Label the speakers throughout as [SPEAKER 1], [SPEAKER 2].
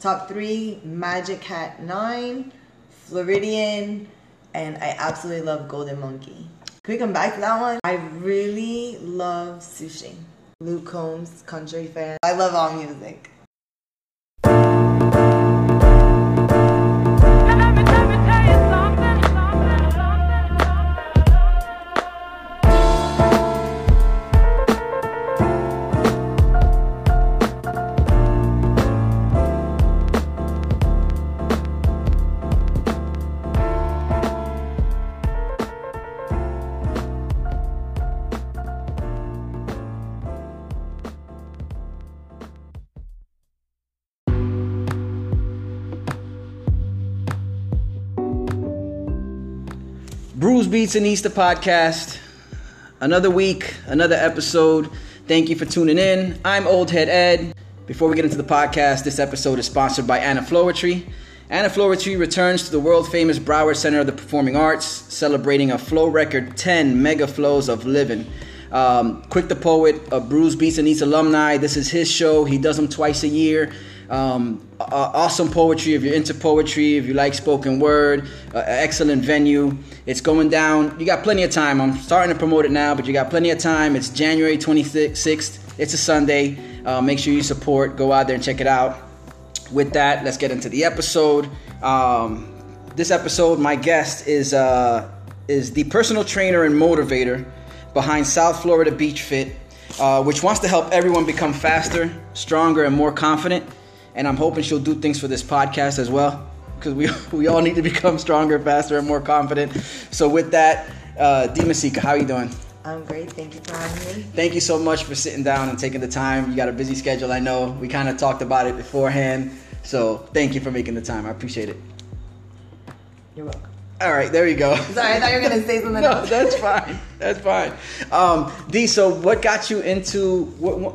[SPEAKER 1] Top three Magic Hat 9, Floridian, and I absolutely love Golden Monkey. Can we come back to that one? I really love sushi. Luke Combs, country fan. I love all music.
[SPEAKER 2] Bruise Beats and Easter podcast. Another week, another episode. Thank you for tuning in. I'm Old Head Ed. Before we get into the podcast, this episode is sponsored by Anafloetry. Anafloetry returns to the world famous Broward Center of the Performing Arts, celebrating a flow record 10 mega flows of living. Um, Quick the Poet, a Bruise Beats and Eats alumni. This is his show. He does them twice a year. Um, a- a- awesome poetry. If you're into poetry, if you like spoken word, uh, excellent venue. It's going down. You got plenty of time. I'm starting to promote it now, but you got plenty of time. It's January 26th. It's a Sunday. Uh, make sure you support. Go out there and check it out. With that, let's get into the episode. Um, this episode, my guest is uh, is the personal trainer and motivator behind South Florida Beach Fit, uh, which wants to help everyone become faster, stronger, and more confident. And I'm hoping she'll do things for this podcast as well, because we we all need to become stronger, faster, and more confident. So with that, uh, Dima Sika, how you doing?
[SPEAKER 1] I'm great. Thank you for having me.
[SPEAKER 2] Thank you so much for sitting down and taking the time. You got a busy schedule, I know. We kind of talked about it beforehand, so thank you for making the time. I appreciate it.
[SPEAKER 1] You're welcome.
[SPEAKER 2] All right, there you go.
[SPEAKER 1] Sorry, I thought you were gonna say something
[SPEAKER 2] No,
[SPEAKER 1] else.
[SPEAKER 2] that's fine. That's fine. Um, D, so what got you into what, what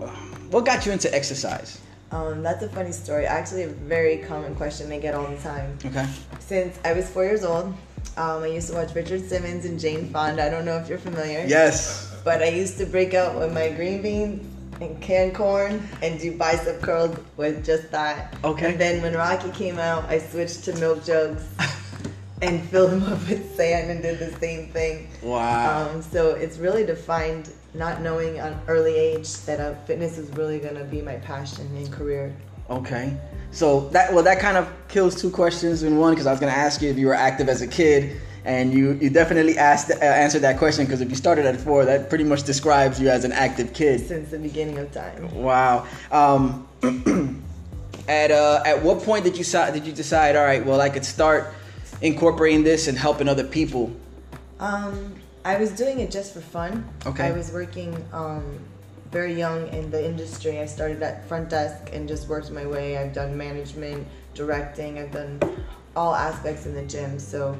[SPEAKER 2] what got you into exercise?
[SPEAKER 1] Um, that's a funny story. Actually, a very common question they get all the time.
[SPEAKER 2] Okay.
[SPEAKER 1] Since I was four years old, um, I used to watch Richard Simmons and Jane Fonda. I don't know if you're familiar.
[SPEAKER 2] Yes.
[SPEAKER 1] But I used to break out with my green beans and canned corn and do bicep curls with just that.
[SPEAKER 2] Okay.
[SPEAKER 1] And then when Rocky came out, I switched to milk jugs and filled them up with sand and did the same thing.
[SPEAKER 2] Wow.
[SPEAKER 1] Um, so it's really defined not knowing at an early age that uh, fitness is really going to be my passion and career.
[SPEAKER 2] Okay. So that well that kind of kills two questions in one because I was gonna ask you if you were active as a kid and you you definitely asked uh, answered that question because if you started at four that pretty much describes you as an active kid.
[SPEAKER 1] since the beginning of time.
[SPEAKER 2] Wow. Um, at uh, at what point did you si- did you decide? All right, well, I could start incorporating this and helping other people.
[SPEAKER 1] Um, I was doing it just for fun.
[SPEAKER 2] Okay.
[SPEAKER 1] I was working um, very young in the industry. I started at front desk and just worked my way. I've done management, directing. I've done all aspects in the gym. So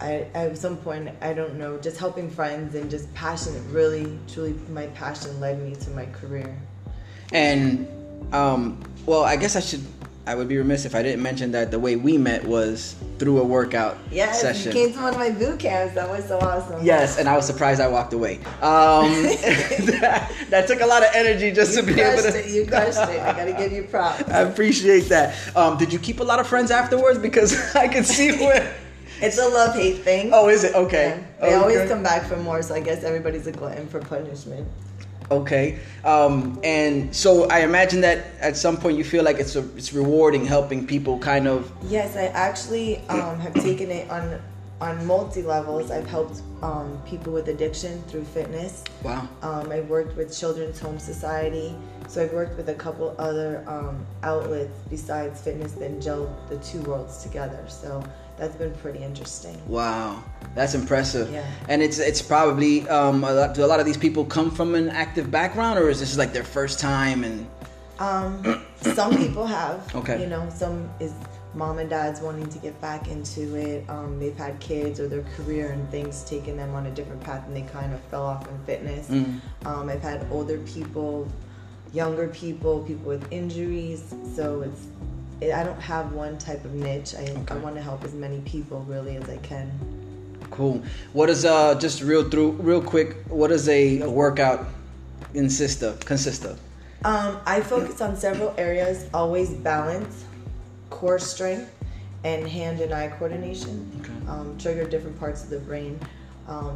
[SPEAKER 1] I, at some point, I don't know, just helping friends and just passion. Really, truly, my passion led me to my career.
[SPEAKER 2] And um, well, I guess I should. I would be remiss if I didn't mention that the way we met was through a workout
[SPEAKER 1] Yes,
[SPEAKER 2] session.
[SPEAKER 1] you came to one of my boot camps. That was so awesome.
[SPEAKER 2] Yes, and I was surprised I walked away. Um, that, that took a lot of energy just
[SPEAKER 1] You
[SPEAKER 2] to be able
[SPEAKER 1] crushed
[SPEAKER 2] to.
[SPEAKER 1] it. You crushed it. I gotta give you props.
[SPEAKER 2] I appreciate that. Um, did you keep a lot of friends afterwards? Because I could see where.
[SPEAKER 1] It's a love hate thing.
[SPEAKER 2] Oh, is it okay?
[SPEAKER 1] Yeah. They always
[SPEAKER 2] Okay.
[SPEAKER 1] come back for more, so I guess everybody's a glutton for punishment.
[SPEAKER 2] Okay, um, and so I imagine that at some point you feel like it's a, it's rewarding helping people, kind of.
[SPEAKER 1] Yes, I actually um, have taken it on on multi levels. I've helped um, people with addiction through fitness.
[SPEAKER 2] Wow.
[SPEAKER 1] Um, I've worked with Children's Home Society, so I've worked with a couple other um, outlets besides fitness that gel the two worlds together. So that's been pretty interesting.
[SPEAKER 2] Wow, that's impressive.
[SPEAKER 1] Yeah.
[SPEAKER 2] And it's it's probably um, a lot, do a lot of these people come from an active background, or is this like their first time? And
[SPEAKER 1] Um, some people have.
[SPEAKER 2] Okay.
[SPEAKER 1] You know, some is mom and dad's wanting to get back into it. Um, they've had kids or their career and things taken them on a different path, and they kind of fell off in fitness.
[SPEAKER 2] Mm.
[SPEAKER 1] Um, I've had older people, younger people, people with injuries. So it's, it, I don't have one type of niche. I,
[SPEAKER 2] Okay.
[SPEAKER 1] I want to help as many people really as I can.
[SPEAKER 2] cool. What is uh just real through real quick? What does a, a workout consist of? Consist of?
[SPEAKER 1] Um, I focus on several areas, always balance. core strength and hand and eye coordination
[SPEAKER 2] Okay.
[SPEAKER 1] um, trigger different parts of the brain. Um,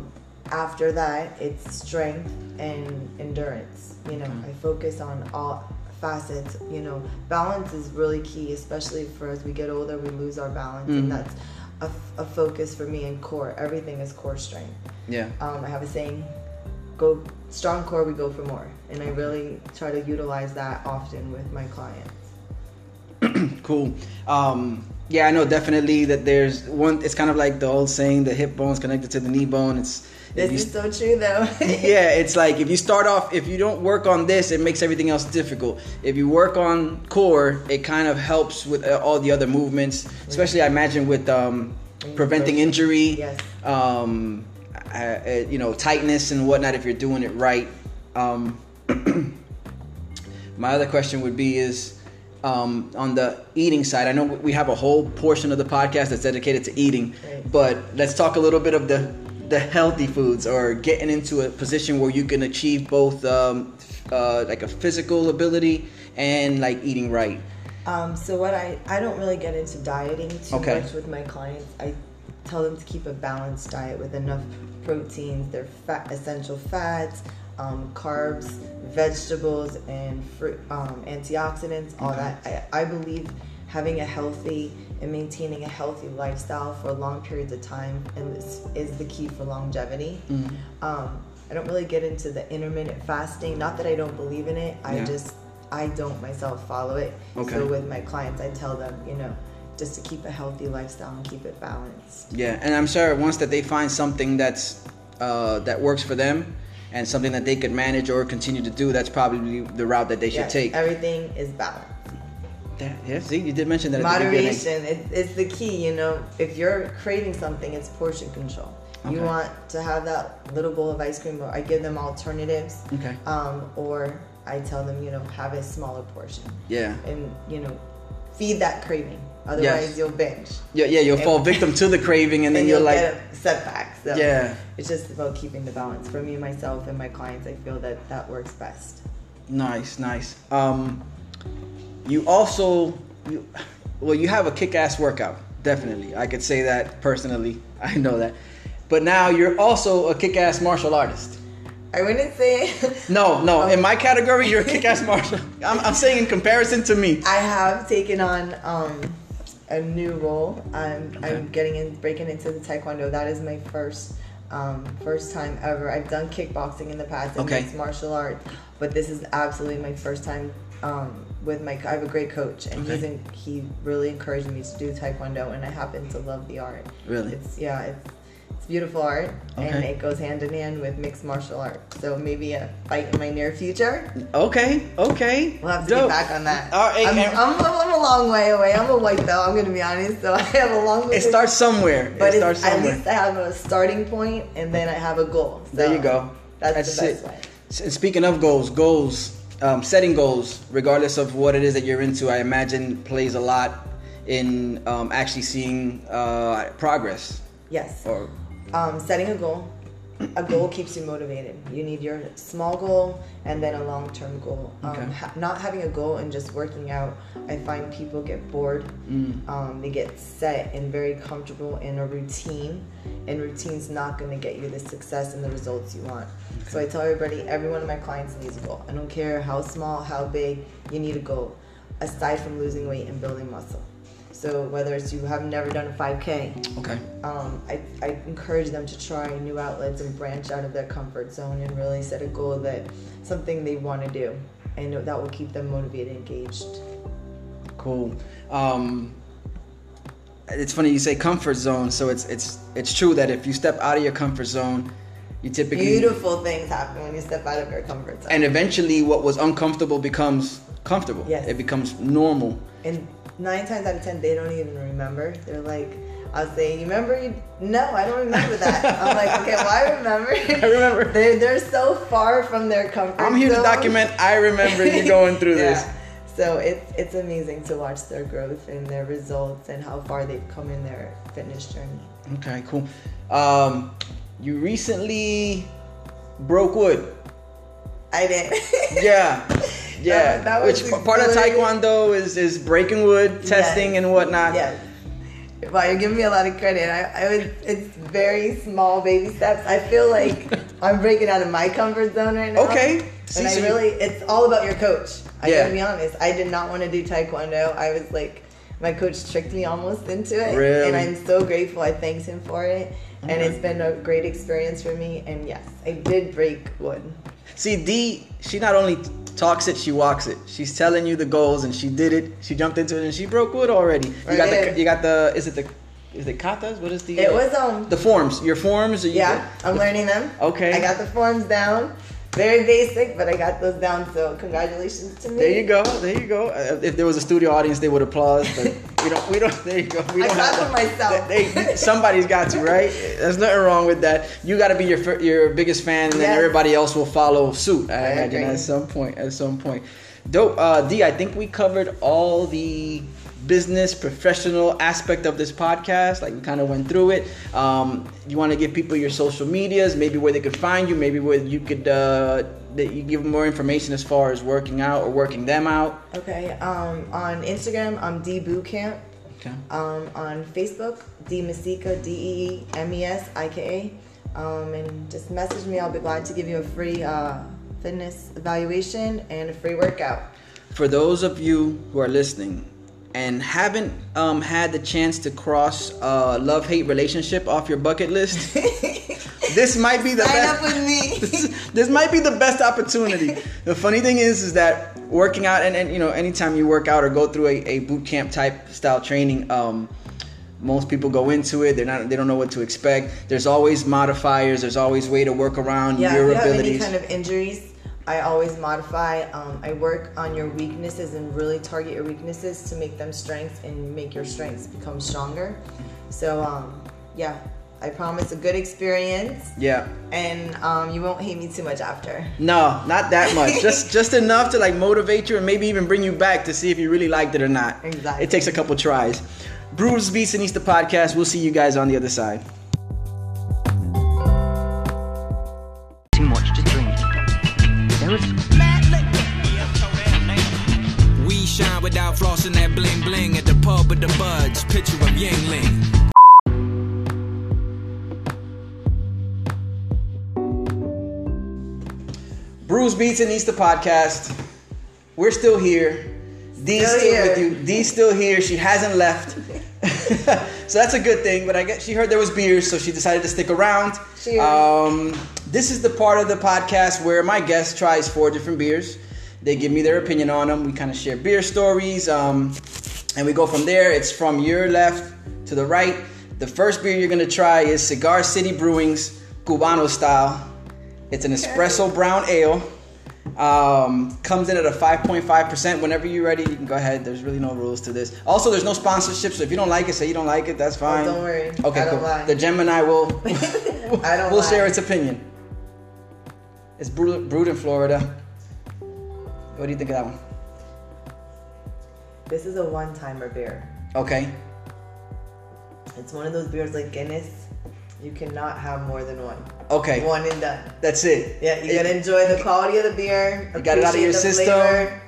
[SPEAKER 1] after that, it's strength and endurance. You know, I focus on all facets. You know, balance is really key, especially for as we get older, we lose our balance,
[SPEAKER 2] Mhm.
[SPEAKER 1] and that's a, f- a focus for me in core. Everything is core strength.
[SPEAKER 2] Yeah.
[SPEAKER 1] Um, I have a saying: "Go strong core, we go for more," and I
[SPEAKER 2] Mm-hmm.
[SPEAKER 1] really try to utilize that often with my clients.
[SPEAKER 2] Cool. Um, yeah, I know definitely that there's one. It's kind of like the old saying: the hip bone's connected to the knee bone. It's if
[SPEAKER 1] This
[SPEAKER 2] you-
[SPEAKER 1] is so true, though.
[SPEAKER 2] yeah, it's like if you start off, if you don't work on this, it makes everything else difficult. If you work on core, it kind of helps with uh, all the other movements, especially I imagine with um, preventing injury,
[SPEAKER 1] Yes.
[SPEAKER 2] um, I- I- you know, tightness and whatnot. If you're doing it right, um, my other question would be is. Um, on the eating side, I know we have a whole portion of the podcast that's dedicated to eating,
[SPEAKER 1] Right.
[SPEAKER 2] but let's talk a little bit of the the healthy foods or getting into a position where you can achieve both um, uh, like a physical ability and like eating right.
[SPEAKER 1] Um, so what I I don't really get into dieting too
[SPEAKER 2] Okay.
[SPEAKER 1] much with my clients. I tell them to keep a balanced diet with enough proteins, their fat essential fats, um, carbs, vegetables, and fruit um, antioxidants. All that I, I believe having a healthy and maintaining a healthy lifestyle for long periods of time and is, is the key for longevity.
[SPEAKER 2] Mm.
[SPEAKER 1] Um, I don't really get into the intermittent fasting. Not that I don't believe in it. I
[SPEAKER 2] Yeah.
[SPEAKER 1] just I don't myself follow it.
[SPEAKER 2] Okay.
[SPEAKER 1] So with my clients, I tell them, you know, just to keep a healthy lifestyle and keep it balanced.
[SPEAKER 2] Yeah, and I'm sure once that they find something that's uh, that works for them and something that they could manage or continue to do, that's probably the route that they should
[SPEAKER 1] Yes,
[SPEAKER 2] take.
[SPEAKER 1] Everything is balanced.
[SPEAKER 2] That- yeah, see, you did mention that at the beginning.
[SPEAKER 1] Moderation it, it's the key, you know. If you're craving something, it's portion control. You
[SPEAKER 2] Okay.
[SPEAKER 1] want to have that little bowl of ice cream, or I give them alternatives,
[SPEAKER 2] Okay.
[SPEAKER 1] um, or I tell them, you know, have a smaller portion
[SPEAKER 2] Yeah.
[SPEAKER 1] and, you know, feed that craving. Otherwise, you'll binge.
[SPEAKER 2] Yeah, yeah, you'll fall victim to the craving and then
[SPEAKER 1] and
[SPEAKER 2] you're
[SPEAKER 1] you'll
[SPEAKER 2] like,
[SPEAKER 1] get setbacks. So
[SPEAKER 2] yeah.
[SPEAKER 1] It's just about keeping the balance. For me, myself, and my clients, I feel that that works best.
[SPEAKER 2] Nice, nice. Um, you also, you, well, you have a kick-ass workout. Definitely, I could say that personally. I know that. But now you're also a kick-ass martial artist.
[SPEAKER 1] I wouldn't say
[SPEAKER 2] No,
[SPEAKER 1] Oh.
[SPEAKER 2] no. In my category, you're a kick-ass martial. I'm, I'm saying in comparison to me.
[SPEAKER 1] I have taken on um, a new role. I'm I'm getting in, breaking into the taekwondo. That is my first um, first time ever. I've done kickboxing in the past and
[SPEAKER 2] Okay.
[SPEAKER 1] mixed martial arts, but this is absolutely my first time um, with my. I have a great coach, and he's
[SPEAKER 2] Okay.
[SPEAKER 1] in, he really encouraged me to do taekwondo, and I happen to love the art.
[SPEAKER 2] Really?
[SPEAKER 1] It's yeah. It's it's beautiful art, and
[SPEAKER 2] Okay.
[SPEAKER 1] it goes hand in hand with mixed martial arts. So maybe a fight in my near future.
[SPEAKER 2] Okay, okay.
[SPEAKER 1] We'll have to
[SPEAKER 2] Dope.
[SPEAKER 1] get back on that.
[SPEAKER 2] All right,
[SPEAKER 1] I'm,
[SPEAKER 2] and-
[SPEAKER 1] I'm, I'm, I'm a long way away. I'm a white belt. I'm gonna be honest. So I have a long way.
[SPEAKER 2] It starts somewhere.
[SPEAKER 1] but it's-
[SPEAKER 2] it starts somewhere.
[SPEAKER 1] at least I have a starting point, and then I have a goal. So
[SPEAKER 2] There you go.
[SPEAKER 1] That's, the
[SPEAKER 2] it.
[SPEAKER 1] best way.
[SPEAKER 2] S- Speaking of goals, goals, um, setting goals, regardless of what it is that you're into, I imagine plays a lot in um, actually seeing uh, progress.
[SPEAKER 1] Yes.
[SPEAKER 2] Or
[SPEAKER 1] Um, setting a goal. A goal keeps you motivated. You need your small goal and then a long term goal. Um,
[SPEAKER 2] Okay.
[SPEAKER 1] ha- not having a goal and just working out, I find people get bored. Um, they get set and very comfortable in a routine, and routine's not going to get you the success and the results you want. So I tell everybody, every one of my clients needs a goal. I don't care how small, how big, you need a goal, aside from losing weight and building muscle. So whether it's you have never done a 5K,
[SPEAKER 2] okay,
[SPEAKER 1] um, I, I encourage them to try new outlets and branch out of their comfort zone and really set a goal that something they want to do and that will keep them motivated and engaged
[SPEAKER 2] cool. Um, it's funny you say comfort zone, so it's it's it's true that if you step out of your comfort zone, you typically
[SPEAKER 1] beautiful things happen when you step out of your comfort zone
[SPEAKER 2] and eventually what was uncomfortable becomes comfortable.
[SPEAKER 1] Yes.
[SPEAKER 2] It becomes normal.
[SPEAKER 1] and nine times out of ten they don't even remember they're like i'll say you remember you no i don't remember that i'm like okay well i remember
[SPEAKER 2] I remember.
[SPEAKER 1] they're, they're so far from their comfort
[SPEAKER 2] I'm here to
[SPEAKER 1] zone.
[SPEAKER 2] document. I remember you going through this.
[SPEAKER 1] Yeah. So it's it's amazing to watch their growth and their results and how far they've come in their fitness journey.
[SPEAKER 2] Okay, cool. Um, you recently broke wood.
[SPEAKER 1] I did.
[SPEAKER 2] Yeah. Yeah,
[SPEAKER 1] that was
[SPEAKER 2] which part of
[SPEAKER 1] exhilarating.
[SPEAKER 2] Taekwondo is is breaking wood, testing, and whatnot.
[SPEAKER 1] Yeah. Wow, you're giving me a lot of credit. I, I was, it's very small baby steps. I feel like I'm breaking out of my comfort zone right now.
[SPEAKER 2] Okay. See,
[SPEAKER 1] and I
[SPEAKER 2] so you-
[SPEAKER 1] really, it's all about your coach. I
[SPEAKER 2] Yeah.
[SPEAKER 1] gotta be honest. I did not want to do taekwondo. I was like, my coach tricked me almost into it.
[SPEAKER 2] Really? Mm-hmm.
[SPEAKER 1] And I'm so grateful. I thanked him for it. And it's been a great experience for me. And yes, I did break wood.
[SPEAKER 2] See, D, she not only talks it, she walks it. She's telling you the goals, and she did it. She jumped into it, and she broke wood already. You
[SPEAKER 1] I
[SPEAKER 2] got
[SPEAKER 1] did.
[SPEAKER 2] the, you got the, is it the, is it katas? What is the?
[SPEAKER 1] It was um
[SPEAKER 2] the forms. Your forms. Are you,
[SPEAKER 1] Yeah, I'm learning them.
[SPEAKER 2] Okay.
[SPEAKER 1] I got the forms down. Very basic, but I got those down. So congratulations to me.
[SPEAKER 2] There you go. There you go. Uh, If there was a studio audience, they would applaud. But we don't. We don't. There you go. We
[SPEAKER 1] I
[SPEAKER 2] don't
[SPEAKER 1] clap
[SPEAKER 2] have
[SPEAKER 1] for
[SPEAKER 2] one.
[SPEAKER 1] myself.
[SPEAKER 2] They- they- somebody's got to, right? There's nothing wrong with that. You got to be your fir- your biggest fan, and then
[SPEAKER 1] Yes.
[SPEAKER 2] everybody else will follow suit. I,
[SPEAKER 1] I
[SPEAKER 2] imagine
[SPEAKER 1] agree.
[SPEAKER 2] at some point. At some point. Dope. Uh, D, I think we covered all the business professional aspect of this podcast. Like we kind of went through it. Um, you want to give people your social medias, maybe where they could find you, maybe where you could uh, that you give more information as far as working out or working them out.
[SPEAKER 1] Okay. Um, on Instagram, I'm D Bootcamp.
[SPEAKER 2] Okay.
[SPEAKER 1] Um, on Facebook, D Masika, D E E M E S I K A. Um, and just message me. I'll be glad to give you a free uh, fitness evaluation and a free workout.
[SPEAKER 2] for those of you who are listening and haven't um, had the chance to cross uh, love hate relationship off your bucket list, this might be the
[SPEAKER 1] Sign
[SPEAKER 2] best.
[SPEAKER 1] up with me.
[SPEAKER 2] this, this might be the best opportunity. The funny thing is, is that working out and, and you know, anytime you work out or go through a, a boot camp type style training, um, most people go into it. They're not. They don't know what to expect. There's always modifiers. There's always way to work around
[SPEAKER 1] Yeah,
[SPEAKER 2] your
[SPEAKER 1] if you have any
[SPEAKER 2] abilities.
[SPEAKER 1] kind of injuries, I always modify. Um, I work on your weaknesses and really target your weaknesses to make them strengths and make your strengths become stronger. So, um, yeah, I promise a good experience,
[SPEAKER 2] yeah.
[SPEAKER 1] and um, you won't hate me too much after.
[SPEAKER 2] No, not that much. just just enough to like motivate you and maybe even bring you back to see if you really liked it or not.
[SPEAKER 1] Exactly.
[SPEAKER 2] It takes a couple tries. Bruce Beats and Eats the podcast. We'll see you guys on the other side.
[SPEAKER 3] too much to drink. There is
[SPEAKER 4] We shine without flossing that bling bling at the pub with the buds. Picture of Yingling.
[SPEAKER 2] Bruce Beats and Eats the podcast. We're still here. D's still,
[SPEAKER 1] Still here.
[SPEAKER 2] with you. D's still here. She hasn't left. so that's a good thing. But I guess she heard there was beer, so she decided to stick around.
[SPEAKER 1] Cheers.
[SPEAKER 2] Um, this is the part of the podcast where my guest tries four different beers. They give me their opinion on them. We kind of share beer stories, um, and we go from there. It's from your left to the right. The first beer you're gonna try is Cigar City Brewing's Cubano style. It's an espresso brown ale. Um, comes in at a 5.5%. Whenever you're ready, you can go ahead. There's really no rules to this. Also, there's no sponsorship, so if you don't like it, say you don't like it. That's fine.
[SPEAKER 1] Oh, don't worry.
[SPEAKER 2] Okay,
[SPEAKER 1] I don't
[SPEAKER 2] cool.
[SPEAKER 1] lie.
[SPEAKER 2] The Gemini will
[SPEAKER 1] I don't.
[SPEAKER 2] we'll
[SPEAKER 1] lie.
[SPEAKER 2] share its opinion. It's brewed, brewed in Florida. What do you think of that one?
[SPEAKER 1] This is a one-timer beer.
[SPEAKER 2] Okay.
[SPEAKER 1] It's one of those beers like Guinness. You cannot have more than one.
[SPEAKER 2] Okay.
[SPEAKER 1] One and done.
[SPEAKER 2] That's it.
[SPEAKER 1] Yeah, you
[SPEAKER 2] It-
[SPEAKER 1] gotta enjoy the quality of the beer.
[SPEAKER 2] You got it out of
[SPEAKER 1] appreciate
[SPEAKER 2] your
[SPEAKER 1] the
[SPEAKER 2] system.
[SPEAKER 1] flavor.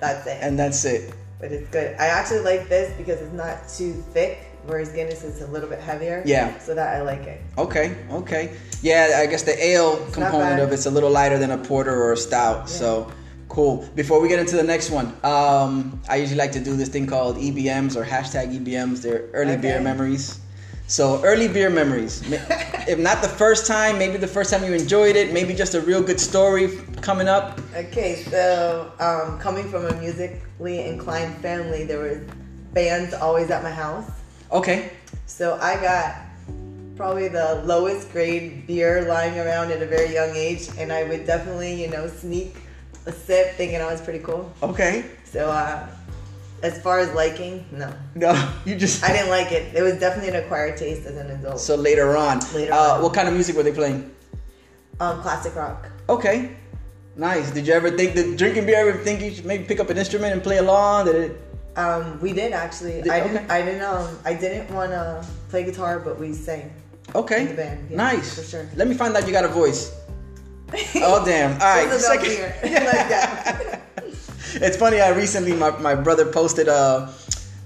[SPEAKER 1] That's it.
[SPEAKER 2] And that's it.
[SPEAKER 1] but it's good. I actually like this because it's not too thick, whereas Guinness is a little bit heavier.
[SPEAKER 2] Yeah.
[SPEAKER 1] So that I like it.
[SPEAKER 2] Okay. Okay. Yeah, I guess the ale
[SPEAKER 1] not
[SPEAKER 2] component
[SPEAKER 1] bad.
[SPEAKER 2] of it's a little lighter than a porter or a stout. So cool. Before we get into the next one, um, I usually like to do this thing called EBMs or hashtag EBMs. They're early beer
[SPEAKER 1] Okay.
[SPEAKER 2] memories. So early beer memories. Ma- if not the first time, maybe the first time you enjoyed it. Maybe just a real good story coming up.
[SPEAKER 1] Okay, so um, coming from a musically inclined family, there was bands always at my house.
[SPEAKER 2] Okay.
[SPEAKER 1] So I got probably the lowest grade beer lying around at a very young age, and I would definitely, you know, sneak a sip thinking I was pretty cool.
[SPEAKER 2] Okay.
[SPEAKER 1] So uh, as far as liking, no.
[SPEAKER 2] No, you just.
[SPEAKER 1] I didn't like it. It was definitely an acquired taste as an adult.
[SPEAKER 2] so later on.
[SPEAKER 1] Later
[SPEAKER 2] uh,
[SPEAKER 1] on.
[SPEAKER 2] What kind of music were they playing?
[SPEAKER 1] um, classic rock.
[SPEAKER 2] Okay. Nice. Did you ever think that drinking beer ever think you should maybe pick up an instrument and play along? Did it
[SPEAKER 1] Um, we did actually.
[SPEAKER 2] Did-
[SPEAKER 1] I didn't.
[SPEAKER 2] okay.
[SPEAKER 1] I didn't. Um, I didn't want to play guitar, but we sang.
[SPEAKER 2] Okay.
[SPEAKER 1] In the band, yeah,
[SPEAKER 2] nice.
[SPEAKER 1] for sure.
[SPEAKER 2] Let me find out you got a voice. Oh damn. All right.
[SPEAKER 1] It was about
[SPEAKER 2] Second-
[SPEAKER 1] beer. Like that.
[SPEAKER 2] it's funny. I recently my, my brother posted uh,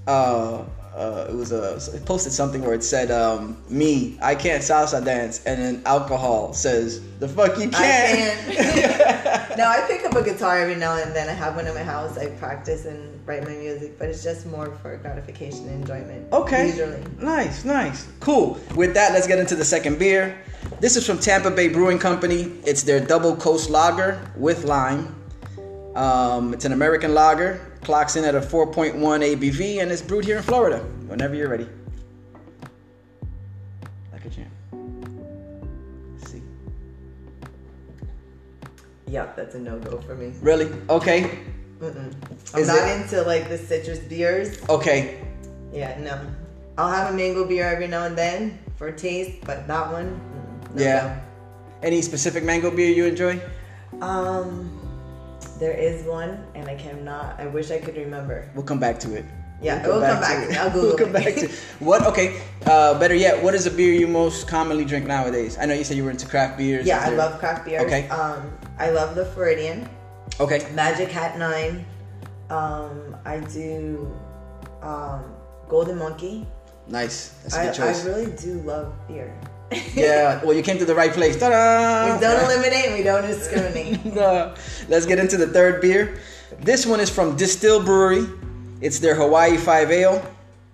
[SPEAKER 2] uh, uh it was a it posted something where it said um me I can't salsa dance and then alcohol says the fuck you
[SPEAKER 1] I
[SPEAKER 2] can.
[SPEAKER 1] No, I pick up a guitar every now and then. I have one in my house. I practice and write my music, but it's just more for gratification and enjoyment.
[SPEAKER 2] Okay.
[SPEAKER 1] Usually.
[SPEAKER 2] Nice, nice. Cool. With that, let's get into the second beer. This is from Tampa Bay Brewing Company. It's their double coast lager with lime. Um, it's an American lager, clocks in at a 4.1 ABV, and it's brewed here in Florida. Whenever you're ready. Like a champ. Let's see.
[SPEAKER 1] Yep, that's a no go for me.
[SPEAKER 2] Really? Okay.
[SPEAKER 1] Mm-mm. I'm
[SPEAKER 2] Is
[SPEAKER 1] not
[SPEAKER 2] it-
[SPEAKER 1] into like the citrus beers.
[SPEAKER 2] Okay.
[SPEAKER 1] Yeah, no. I'll have a mango beer every now and then for taste, but that one. mm, no
[SPEAKER 2] Yeah. Any specific mango beer you enjoy?
[SPEAKER 1] go. Um, there is one, and I cannot. I wish I could remember.
[SPEAKER 2] We'll come back to it.
[SPEAKER 1] Yeah, we'll come back to it. I'll Google
[SPEAKER 2] we'll come
[SPEAKER 1] it.
[SPEAKER 2] back to it. What? Okay. Uh, better yet, what is a beer you most commonly drink nowadays? I know you said you were into craft beers.
[SPEAKER 1] Yeah,
[SPEAKER 2] Is
[SPEAKER 1] I
[SPEAKER 2] there-
[SPEAKER 1] love craft beers.
[SPEAKER 2] Okay.
[SPEAKER 1] Um, I love the Floridian.
[SPEAKER 2] Okay.
[SPEAKER 1] Magic Hat Nine. Um, I do um, Golden Monkey.
[SPEAKER 2] Nice. That's a
[SPEAKER 1] I,
[SPEAKER 2] good choice.
[SPEAKER 1] I really do love beer.
[SPEAKER 2] yeah. Well, you came to the right place. Ta-da!
[SPEAKER 1] We don't eliminate, we don't discriminate.
[SPEAKER 2] Uh, let's get into the third beer. This one is from Distill Brewery. It's their Hawaii Five Ale.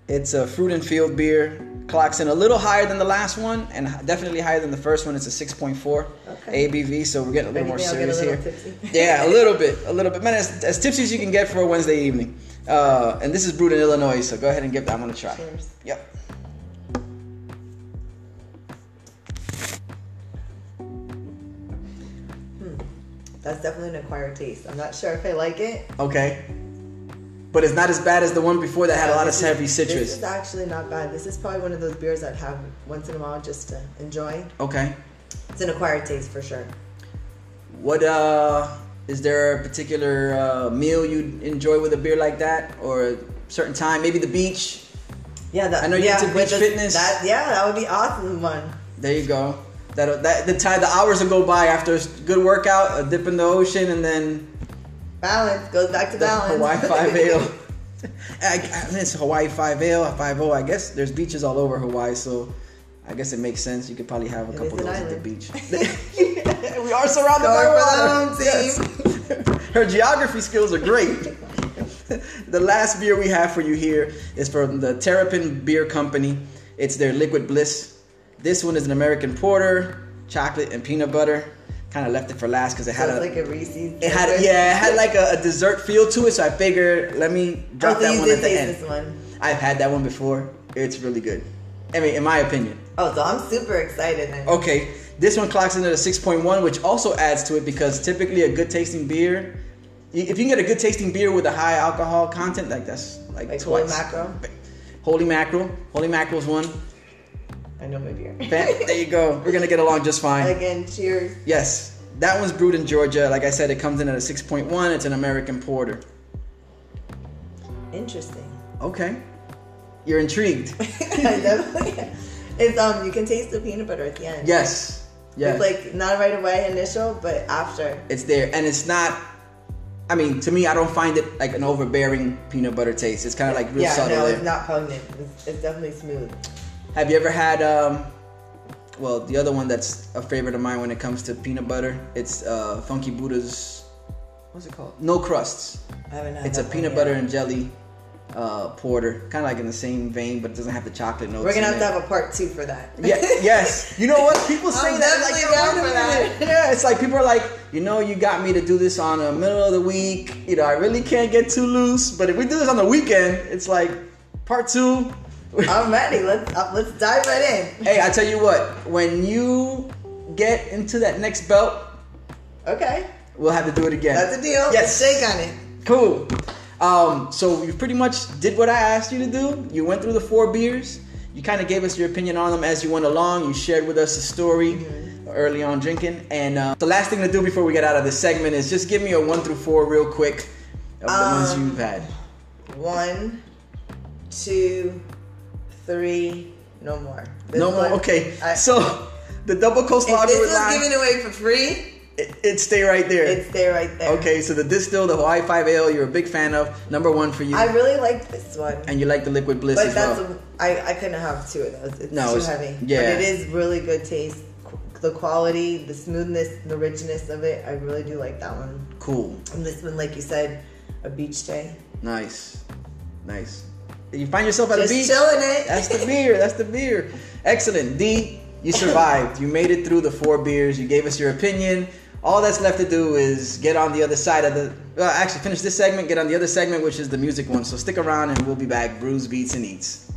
[SPEAKER 2] It's a fruit and field beer. Clocks in a little higher than the last one, and h- definitely higher than the first one. It's a 6.4
[SPEAKER 1] Okay.
[SPEAKER 2] ABV, so we're getting a little more
[SPEAKER 1] Anything, I'll get a
[SPEAKER 2] serious
[SPEAKER 1] little
[SPEAKER 2] here.
[SPEAKER 1] tipsy.
[SPEAKER 2] yeah, a little bit, a little bit. Man, as, as tipsy as you can get for a Wednesday evening. Uh, and this is brewed in Illinois, so go ahead and give that one a try.
[SPEAKER 1] Cheers.
[SPEAKER 2] Yep.
[SPEAKER 1] That's definitely an acquired taste. I'm not sure if I like it.
[SPEAKER 2] Okay. But it's not as bad as the one before that had a lot of
[SPEAKER 1] This is-
[SPEAKER 2] heavy
[SPEAKER 1] This
[SPEAKER 2] citrus.
[SPEAKER 1] is actually not bad. This is probably one of those beers I'd have once in a while just to enjoy.
[SPEAKER 2] Okay.
[SPEAKER 1] It's an acquired taste for sure.
[SPEAKER 2] What uh is there a particular uh, meal you enjoy with a beer like that or a certain time? Maybe the beach.
[SPEAKER 1] Yeah, that,
[SPEAKER 2] I know you're
[SPEAKER 1] yeah,
[SPEAKER 2] into
[SPEAKER 1] with
[SPEAKER 2] beach
[SPEAKER 1] the-
[SPEAKER 2] fitness.
[SPEAKER 1] That, yeah, that would be awesome one.
[SPEAKER 2] There you go. That that the time the hours will go by after a good workout, a dip in the ocean, and then
[SPEAKER 1] Balance goes back to
[SPEAKER 2] the
[SPEAKER 1] balance.
[SPEAKER 2] Hawaii Five Ale. I, I mean, it's Hawaii Five Ale, Five O. I guess there's beaches all over Hawaii, so I guess it makes sense. You could probably have a
[SPEAKER 1] It is
[SPEAKER 2] couple of
[SPEAKER 1] an
[SPEAKER 2] those at the
[SPEAKER 1] island.
[SPEAKER 2] beach. we are surrounded by
[SPEAKER 1] Score
[SPEAKER 2] water.
[SPEAKER 1] for the
[SPEAKER 2] Yes. Her geography skills are great. the last beer we have for you here is from the Terrapin Beer Company. It's their Liquid Bliss. This one is an American porter, chocolate and peanut butter. Kind of left it for last because it had
[SPEAKER 1] Sounds
[SPEAKER 2] a
[SPEAKER 1] like a Reese's.
[SPEAKER 2] it had yeah, it had like a, a dessert feel to it, so I figured let me drop
[SPEAKER 1] Oh, so
[SPEAKER 2] that
[SPEAKER 1] you
[SPEAKER 2] one
[SPEAKER 1] did
[SPEAKER 2] at the
[SPEAKER 1] taste
[SPEAKER 2] end.
[SPEAKER 1] this one.
[SPEAKER 2] I've had that one before. It's really good. I mean, in my opinion.
[SPEAKER 1] Oh, so I'm super excited. Then.
[SPEAKER 2] Okay, this one clocks in at a 6.1, which also adds to it because typically a good tasting beer, y- if you can get a good tasting beer with a high alcohol content, like that's like,
[SPEAKER 1] Like Holy
[SPEAKER 2] twice.
[SPEAKER 1] Mackerel?
[SPEAKER 2] Holy mackerel. Holy mackerel's one.
[SPEAKER 1] I know my beer.
[SPEAKER 2] Bam, there you go. We're gonna get along just fine.
[SPEAKER 1] Again, cheers.
[SPEAKER 2] Yes, that one's brewed in Georgia. Like I said, it comes in at a 6.1. It's an American porter.
[SPEAKER 1] Interesting.
[SPEAKER 2] Okay. You're intrigued.
[SPEAKER 1] I definitely. It's um, you can taste the peanut butter at the end.
[SPEAKER 2] Yes. Yes.
[SPEAKER 1] It's like not right away initial, but after.
[SPEAKER 2] it's there. And it's not I mean, to me I don't find it like an overbearing peanut butter taste. It's kinda like real
[SPEAKER 1] yeah,
[SPEAKER 2] subtle
[SPEAKER 1] no,
[SPEAKER 2] there.
[SPEAKER 1] it's not pungent. It's, it's definitely smooth.
[SPEAKER 2] Have you ever had um well the other one that's a favorite of mine when it comes to peanut butter, it's uh Funky Buddha's
[SPEAKER 1] What's it called?
[SPEAKER 2] No Crusts.
[SPEAKER 1] I haven't had
[SPEAKER 2] It's a
[SPEAKER 1] that one
[SPEAKER 2] peanut
[SPEAKER 1] yet.
[SPEAKER 2] butter and jelly uh porter. Kinda like in the same vein, but it doesn't have the chocolate notes.
[SPEAKER 1] We're gonna
[SPEAKER 2] in
[SPEAKER 1] have to
[SPEAKER 2] it.
[SPEAKER 1] have a part two for that.
[SPEAKER 2] Yeah, yes. You know what? People say
[SPEAKER 1] I'm
[SPEAKER 2] that. Like,
[SPEAKER 1] definitely
[SPEAKER 2] yo,
[SPEAKER 1] down
[SPEAKER 2] wait a
[SPEAKER 1] for that.
[SPEAKER 2] minute. Yeah, it's like people are like, you know, you got me to do this on the middle of the week. You know, I really can't get too loose. But if we do this on the weekend, it's like part two.
[SPEAKER 1] I'm ready. Let's uh, let's dive right in.
[SPEAKER 2] hey, I tell you what, when you get into that next belt,
[SPEAKER 1] Okay,
[SPEAKER 2] we'll have to do it again.
[SPEAKER 1] that's a deal. Let's
[SPEAKER 2] Yes.
[SPEAKER 1] shake on it.
[SPEAKER 2] Cool. Um, so you pretty much did what I asked you to do. You went through the four beers. You kind of gave us your opinion on them as you went along. You shared with us a story early on drinking. And uh, the last thing to do before we get out of this segment is just give me a one through four real quick of the ones
[SPEAKER 1] Um,
[SPEAKER 2] you've had.
[SPEAKER 1] One, two, three, no more. This
[SPEAKER 2] No more.
[SPEAKER 1] one-
[SPEAKER 2] Okay.
[SPEAKER 1] I,
[SPEAKER 2] so the double coast
[SPEAKER 1] if
[SPEAKER 2] lager
[SPEAKER 1] this
[SPEAKER 2] with
[SPEAKER 1] was
[SPEAKER 2] lime.
[SPEAKER 1] given away for free,
[SPEAKER 2] It, it stay right there.
[SPEAKER 1] It's there right there.
[SPEAKER 2] okay, so the distill, the Hawaii Five Ale, you're a big fan of. Number one for you,
[SPEAKER 1] I really like this one.
[SPEAKER 2] and you like the Liquid Bliss
[SPEAKER 1] But
[SPEAKER 2] as
[SPEAKER 1] that's
[SPEAKER 2] well.
[SPEAKER 1] I I couldn't have two of those. It's
[SPEAKER 2] No,
[SPEAKER 1] too
[SPEAKER 2] it's-
[SPEAKER 1] heavy.
[SPEAKER 2] yeah.
[SPEAKER 1] But it is really good taste. Qu- The quality, the smoothness, the richness of it. I really do like that one.
[SPEAKER 2] cool,
[SPEAKER 1] And this one, like you said, a beach day.
[SPEAKER 2] nice, nice. You find yourself at
[SPEAKER 1] Just
[SPEAKER 2] a beach.
[SPEAKER 1] chilling it.
[SPEAKER 2] That's the beer. That's the beer. Excellent. D, you survived. You made it through the four beers. You gave us your opinion. All that's left to do is get on the other side of the. Well, actually, finish this segment, get on the other segment, which is the music one. So stick around and we'll be back. Brews, beats, and eats.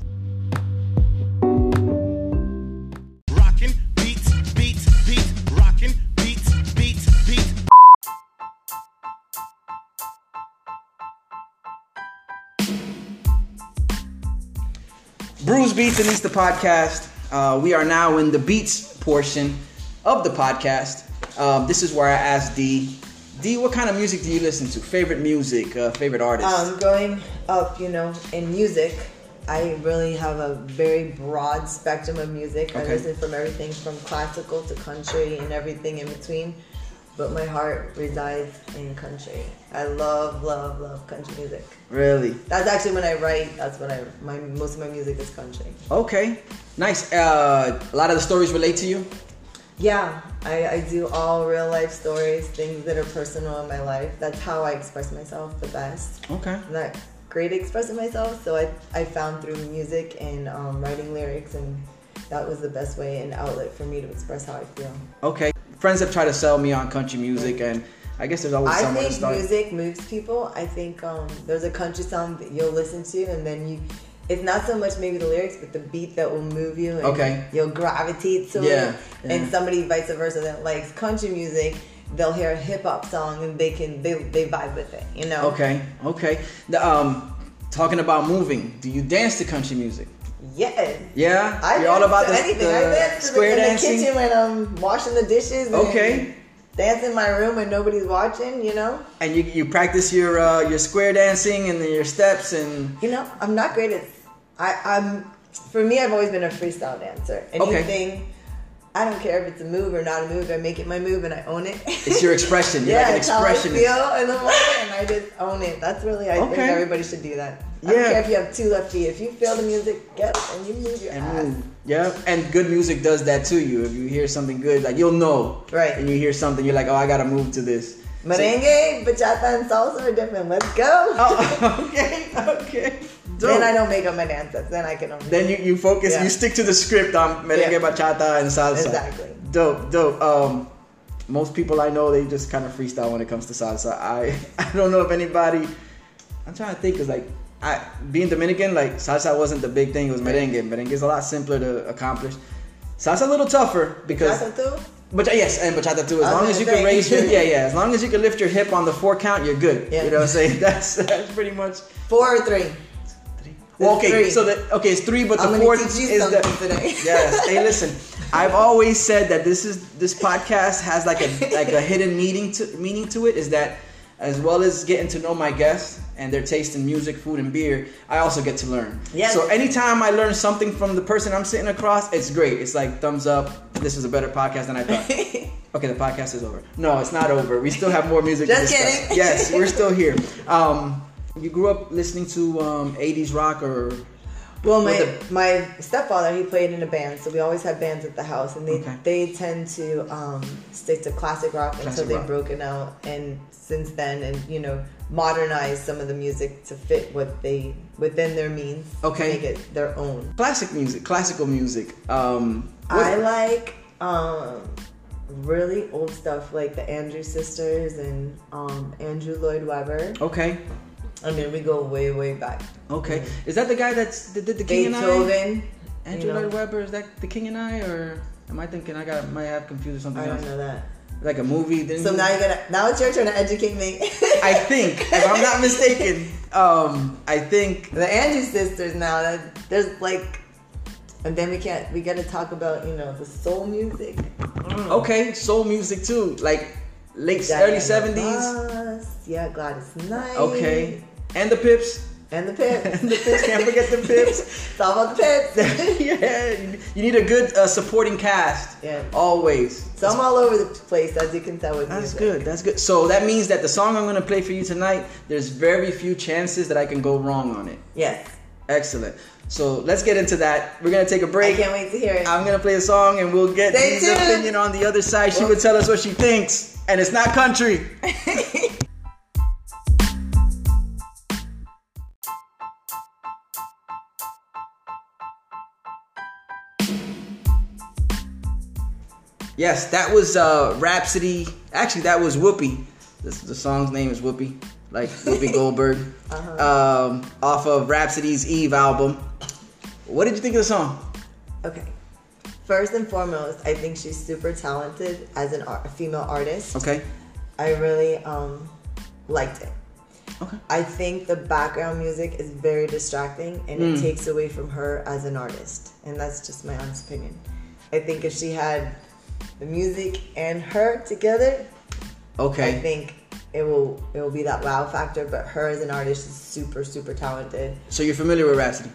[SPEAKER 5] Rockin' beats, beats, beats, rockin' beats, beats, beats.
[SPEAKER 2] Brews, beats, and eats the podcast. Uh, we are now in the beats portion of the podcast. Um, this is where I asked D. D, what kind of music do you listen to? Favorite music, uh, favorite artist?
[SPEAKER 1] Um, growing up, you know, in music, I really have a very broad spectrum of music. I
[SPEAKER 2] Okay.
[SPEAKER 1] listen from everything from classical to country and everything in between. But my heart resides in country. I love, love, love country music.
[SPEAKER 2] really?
[SPEAKER 1] That's actually when I write. That's when I my most of my music is country.
[SPEAKER 2] Okay, nice. Uh, a lot of the stories relate to you.
[SPEAKER 1] Yeah, I, I do all real life stories, things that are personal in my life. That's how I express myself the best.
[SPEAKER 2] Okay.
[SPEAKER 1] I'm not great at expressing myself, so I, I found through music and um, writing lyrics, and that was the best way and outlet for me to express how I feel.
[SPEAKER 2] Okay. Friends have tried to sell me on country music, and I guess there's always
[SPEAKER 1] I
[SPEAKER 2] somewhere to
[SPEAKER 1] think
[SPEAKER 2] start.
[SPEAKER 1] music moves people. I think um, there's a country song that you'll listen to, and then you. It's not so much maybe the lyrics, but the beat that will move you, and
[SPEAKER 2] Okay.
[SPEAKER 1] you'll gravitate to
[SPEAKER 2] Yeah,
[SPEAKER 1] it.
[SPEAKER 2] yeah.
[SPEAKER 1] And somebody vice versa that likes country music, they'll hear a hip hop song and they can they, they vibe with it, you know.
[SPEAKER 2] Okay. Okay. The, um, talking about moving, do you dance to country music?
[SPEAKER 1] Yes.
[SPEAKER 2] Yeah.
[SPEAKER 1] I
[SPEAKER 2] You're all
[SPEAKER 1] dance
[SPEAKER 2] about
[SPEAKER 1] to
[SPEAKER 2] the,
[SPEAKER 1] anything.
[SPEAKER 2] the
[SPEAKER 1] I dance to
[SPEAKER 2] square
[SPEAKER 1] the, in
[SPEAKER 2] dancing.
[SPEAKER 1] the kitchen when I'm washing the dishes. and
[SPEAKER 2] Okay.
[SPEAKER 1] Dance in my room when nobody's watching, you know.
[SPEAKER 2] And you, you practice your uh, your square dancing and then your steps and
[SPEAKER 1] You know, I'm not great at. I, I'm. For me, I've always been a freestyle dancer.
[SPEAKER 2] Okay.
[SPEAKER 1] Anything, I don't care if it's a move or not a move. I make it my move and I own it.
[SPEAKER 2] it's your expression. You're
[SPEAKER 1] yeah,
[SPEAKER 2] like an
[SPEAKER 1] it's how I
[SPEAKER 2] expressionist.
[SPEAKER 1] feel in the moment, and I just own it. That's really. I think
[SPEAKER 2] Okay.
[SPEAKER 1] everybody should do that. I
[SPEAKER 2] Yeah.
[SPEAKER 1] don't care if you have two left feet. If you feel the music, get up and you move your ass.
[SPEAKER 2] And move. Yeah, and good music does that to you. If you hear something good, like you'll know.
[SPEAKER 1] Right.
[SPEAKER 2] And you hear something, you're like, oh, I gotta move to this. So-
[SPEAKER 1] Merengue, bachata, and salsa are different. Let's go.
[SPEAKER 2] Oh, okay, okay.
[SPEAKER 1] Then
[SPEAKER 2] Dope.
[SPEAKER 1] I don't make up my dance steps. Then I can only.
[SPEAKER 2] Then you, you focus,
[SPEAKER 1] Yeah.
[SPEAKER 2] you stick to the script on merengue,
[SPEAKER 1] Yeah.
[SPEAKER 2] bachata, and salsa.
[SPEAKER 1] Exactly.
[SPEAKER 2] Dope, dope. Um, most people I know, they just kind of freestyle when it comes to salsa. I, I don't know if anybody, I'm trying to think, because like, I, being Dominican, like, salsa wasn't the big thing, it was merengue. Merengue is a lot simpler to accomplish. Salsa a little tougher because
[SPEAKER 1] Bachata too?
[SPEAKER 2] But yes, and bachata too. As
[SPEAKER 1] I was
[SPEAKER 2] long
[SPEAKER 1] gonna
[SPEAKER 2] as you can
[SPEAKER 1] say.
[SPEAKER 2] raise your yeah, yeah. As long as you can lift your hip on the four count, you're good.
[SPEAKER 1] Yeah.
[SPEAKER 2] You know what I'm saying? That's that's pretty much.
[SPEAKER 1] Four or three.
[SPEAKER 2] Well, okay,
[SPEAKER 1] three.
[SPEAKER 2] so the okay, it's three, but
[SPEAKER 1] I'm
[SPEAKER 2] the
[SPEAKER 1] gonna
[SPEAKER 2] fourth
[SPEAKER 1] teach you
[SPEAKER 2] is the
[SPEAKER 1] something today.
[SPEAKER 2] yes. Hey, listen, I've always said that this is this podcast has like a like a hidden meaning to meaning to it is that as well as getting to know my guests and their taste in music, food, and beer, I also get to learn.
[SPEAKER 1] Yes.
[SPEAKER 2] So anytime I learn something from the person I'm sitting across, it's great. It's like thumbs up. This was a better podcast than I thought. Okay, the podcast is over. No, it's not over. We still have more music. to
[SPEAKER 1] Just
[SPEAKER 2] discuss.
[SPEAKER 1] kidding.
[SPEAKER 2] Yes, we're still here. Um, you grew up listening to um, '80s rock, or
[SPEAKER 1] Well, my
[SPEAKER 2] Well,
[SPEAKER 1] my stepfather he played in a band, so we always had bands at the house, and they
[SPEAKER 2] Okay.
[SPEAKER 1] they tend to um, stick to classic rock until
[SPEAKER 2] Classic
[SPEAKER 1] they've
[SPEAKER 2] rock.
[SPEAKER 1] broken out, and since then, and you know, modernize some of the music to fit what they within their means.
[SPEAKER 2] Okay.
[SPEAKER 1] make it their own.
[SPEAKER 2] classic music, classical music. Um, what-
[SPEAKER 1] I like um, really old stuff like the Andrews sisters and um, Andrew Lloyd Webber.
[SPEAKER 2] okay,
[SPEAKER 1] I mean, we go way way back.
[SPEAKER 2] okay. Is that the guy that's that did the King and
[SPEAKER 1] Beethoven.
[SPEAKER 2] I? Andrew
[SPEAKER 1] you know.
[SPEAKER 2] Lloyd Webber is that the King and I, or am I thinking I got might have confused with something
[SPEAKER 1] I
[SPEAKER 2] else?
[SPEAKER 1] don't know that.
[SPEAKER 2] Like a movie? didn't
[SPEAKER 1] So
[SPEAKER 2] he-
[SPEAKER 1] now you're gonna now it's your turn to educate me.
[SPEAKER 2] I think, if I'm not mistaken, um, I think
[SPEAKER 1] the Andrew sisters now. That, there's like, and then we can't. We gotta talk about you know the soul music.
[SPEAKER 2] okay, soul music too, like late
[SPEAKER 1] Diana
[SPEAKER 2] early '70s.
[SPEAKER 1] Ross, yeah, Gladys Knight.
[SPEAKER 2] Okay. And the Pips.
[SPEAKER 1] And the pips.
[SPEAKER 2] The pips, can't forget the pips.
[SPEAKER 1] it's all about the pips.
[SPEAKER 2] yeah, you need a good uh, supporting cast.
[SPEAKER 1] Yeah.
[SPEAKER 2] Always.
[SPEAKER 1] So I'm all over the place, as you can tell with
[SPEAKER 2] That's
[SPEAKER 1] music.
[SPEAKER 2] good. That's good. So that means that the song I'm going to play for you tonight, there's very few chances that I can go wrong on it.
[SPEAKER 1] Yes.
[SPEAKER 2] Excellent. So let's get into that. We're going to take a break.
[SPEAKER 1] I can't wait to hear it.
[SPEAKER 2] I'm gonna play a song and we'll get
[SPEAKER 1] Stay
[SPEAKER 2] Dee's
[SPEAKER 1] tuned.
[SPEAKER 2] opinion on the other side. She would tell us what she thinks, and it's not country. yes, that was uh, Rhapsody. Actually, that was Whoopi. The, the song's name is Whoopi, like Whoopi Goldberg,
[SPEAKER 1] Uh-huh.
[SPEAKER 2] um, off of Rhapsody's Eve album. What did you think of the song?
[SPEAKER 1] Okay. First and foremost, I think she's super talented as an ar- a female artist.
[SPEAKER 2] Okay.
[SPEAKER 1] I really um, liked it.
[SPEAKER 2] Okay.
[SPEAKER 1] I think the background music is very distracting and
[SPEAKER 2] Mm.
[SPEAKER 1] it takes away from her as an artist. And that's just my honest opinion. I think if she had the music and her together,
[SPEAKER 2] Okay.
[SPEAKER 1] I think it will it will be that wow factor. But her as an artist is super super talented.
[SPEAKER 2] so you're familiar with Rhapsody?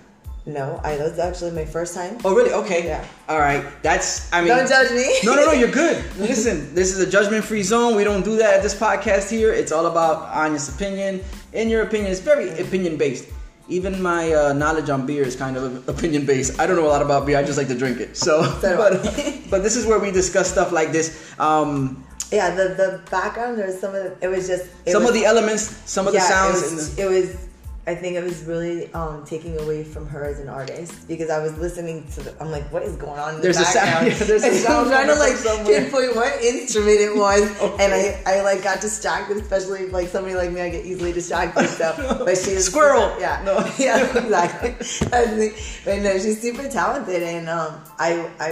[SPEAKER 1] No, I that's actually my first time.
[SPEAKER 2] Oh, really? Okay.
[SPEAKER 1] Yeah.
[SPEAKER 2] All right. That's. I mean.
[SPEAKER 1] Don't judge me.
[SPEAKER 2] No, no, no. You're good. Listen, this is a judgment-free zone. We don't do that at this podcast here. It's all about honest opinion. In your opinion, it's very opinion-based. Even my uh, knowledge on beer is kind of opinion-based. I don't know a lot about beer. I just like to drink it. So,
[SPEAKER 1] So-
[SPEAKER 2] but, but this is where we discuss stuff like this. Um,
[SPEAKER 1] Yeah, the the background there was some of the, it was just it
[SPEAKER 2] some
[SPEAKER 1] was,
[SPEAKER 2] of the elements, some of the sounds.
[SPEAKER 1] It was,
[SPEAKER 2] and the-
[SPEAKER 1] it was- I think it was really um, taking away from her as an artist because I was listening to the. I'm like, what is going on? In
[SPEAKER 2] There's a
[SPEAKER 1] the
[SPEAKER 2] sound-
[SPEAKER 1] background?
[SPEAKER 2] yeah, there's a
[SPEAKER 1] And
[SPEAKER 2] sound
[SPEAKER 1] I'm trying to
[SPEAKER 2] coming
[SPEAKER 1] like
[SPEAKER 2] from somewhere.
[SPEAKER 1] pinpoint what instrument it was,
[SPEAKER 2] Okay.
[SPEAKER 1] and I, I like got distracted, especially if, like somebody like me, I get easily distracted. So, but she is
[SPEAKER 2] Squirrel.
[SPEAKER 1] yeah,
[SPEAKER 2] No.
[SPEAKER 1] yeah, exactly. That's me. but no, she's super talented, and um, I, I,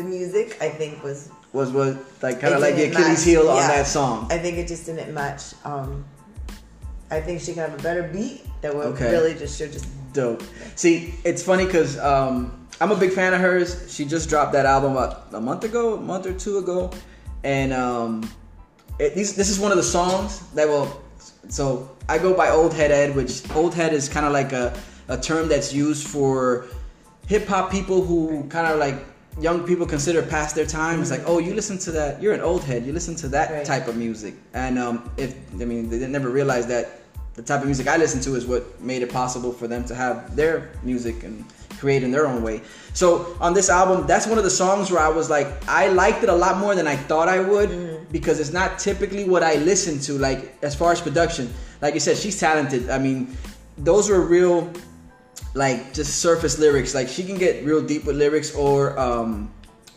[SPEAKER 1] the music I think was
[SPEAKER 2] was was like kind
[SPEAKER 1] it
[SPEAKER 2] of like the
[SPEAKER 1] didn't
[SPEAKER 2] Achilles
[SPEAKER 1] match.
[SPEAKER 2] heel on
[SPEAKER 1] Yeah.
[SPEAKER 2] that song.
[SPEAKER 1] I think it just didn't match. Um, I think she could have a better beat that would
[SPEAKER 2] Okay.
[SPEAKER 1] really just should just.
[SPEAKER 2] dope. See, it's funny because um, I'm a big fan of hers. She just dropped that album about a month ago, a month or two ago, and um, it, these, this is one of the songs that will. So I go by old head ed, which old head is kind of like a, a term that's used for hip hop people who kind of like young people consider past their time. It's like, oh, you listen to that. You're an old head. You listen to that
[SPEAKER 1] Right.
[SPEAKER 2] type of music. And um, if I mean, they never realized that the type of music I listen to is what made it possible for them to have their music and create in their own way. So on this album, that's one of the songs where I was like, I liked it a lot more than I thought I would because it's not typically what I listen to. Like as far as production, like you said, she's talented. I mean, those were real like just surface lyrics. Like she can get real deep with lyrics or um,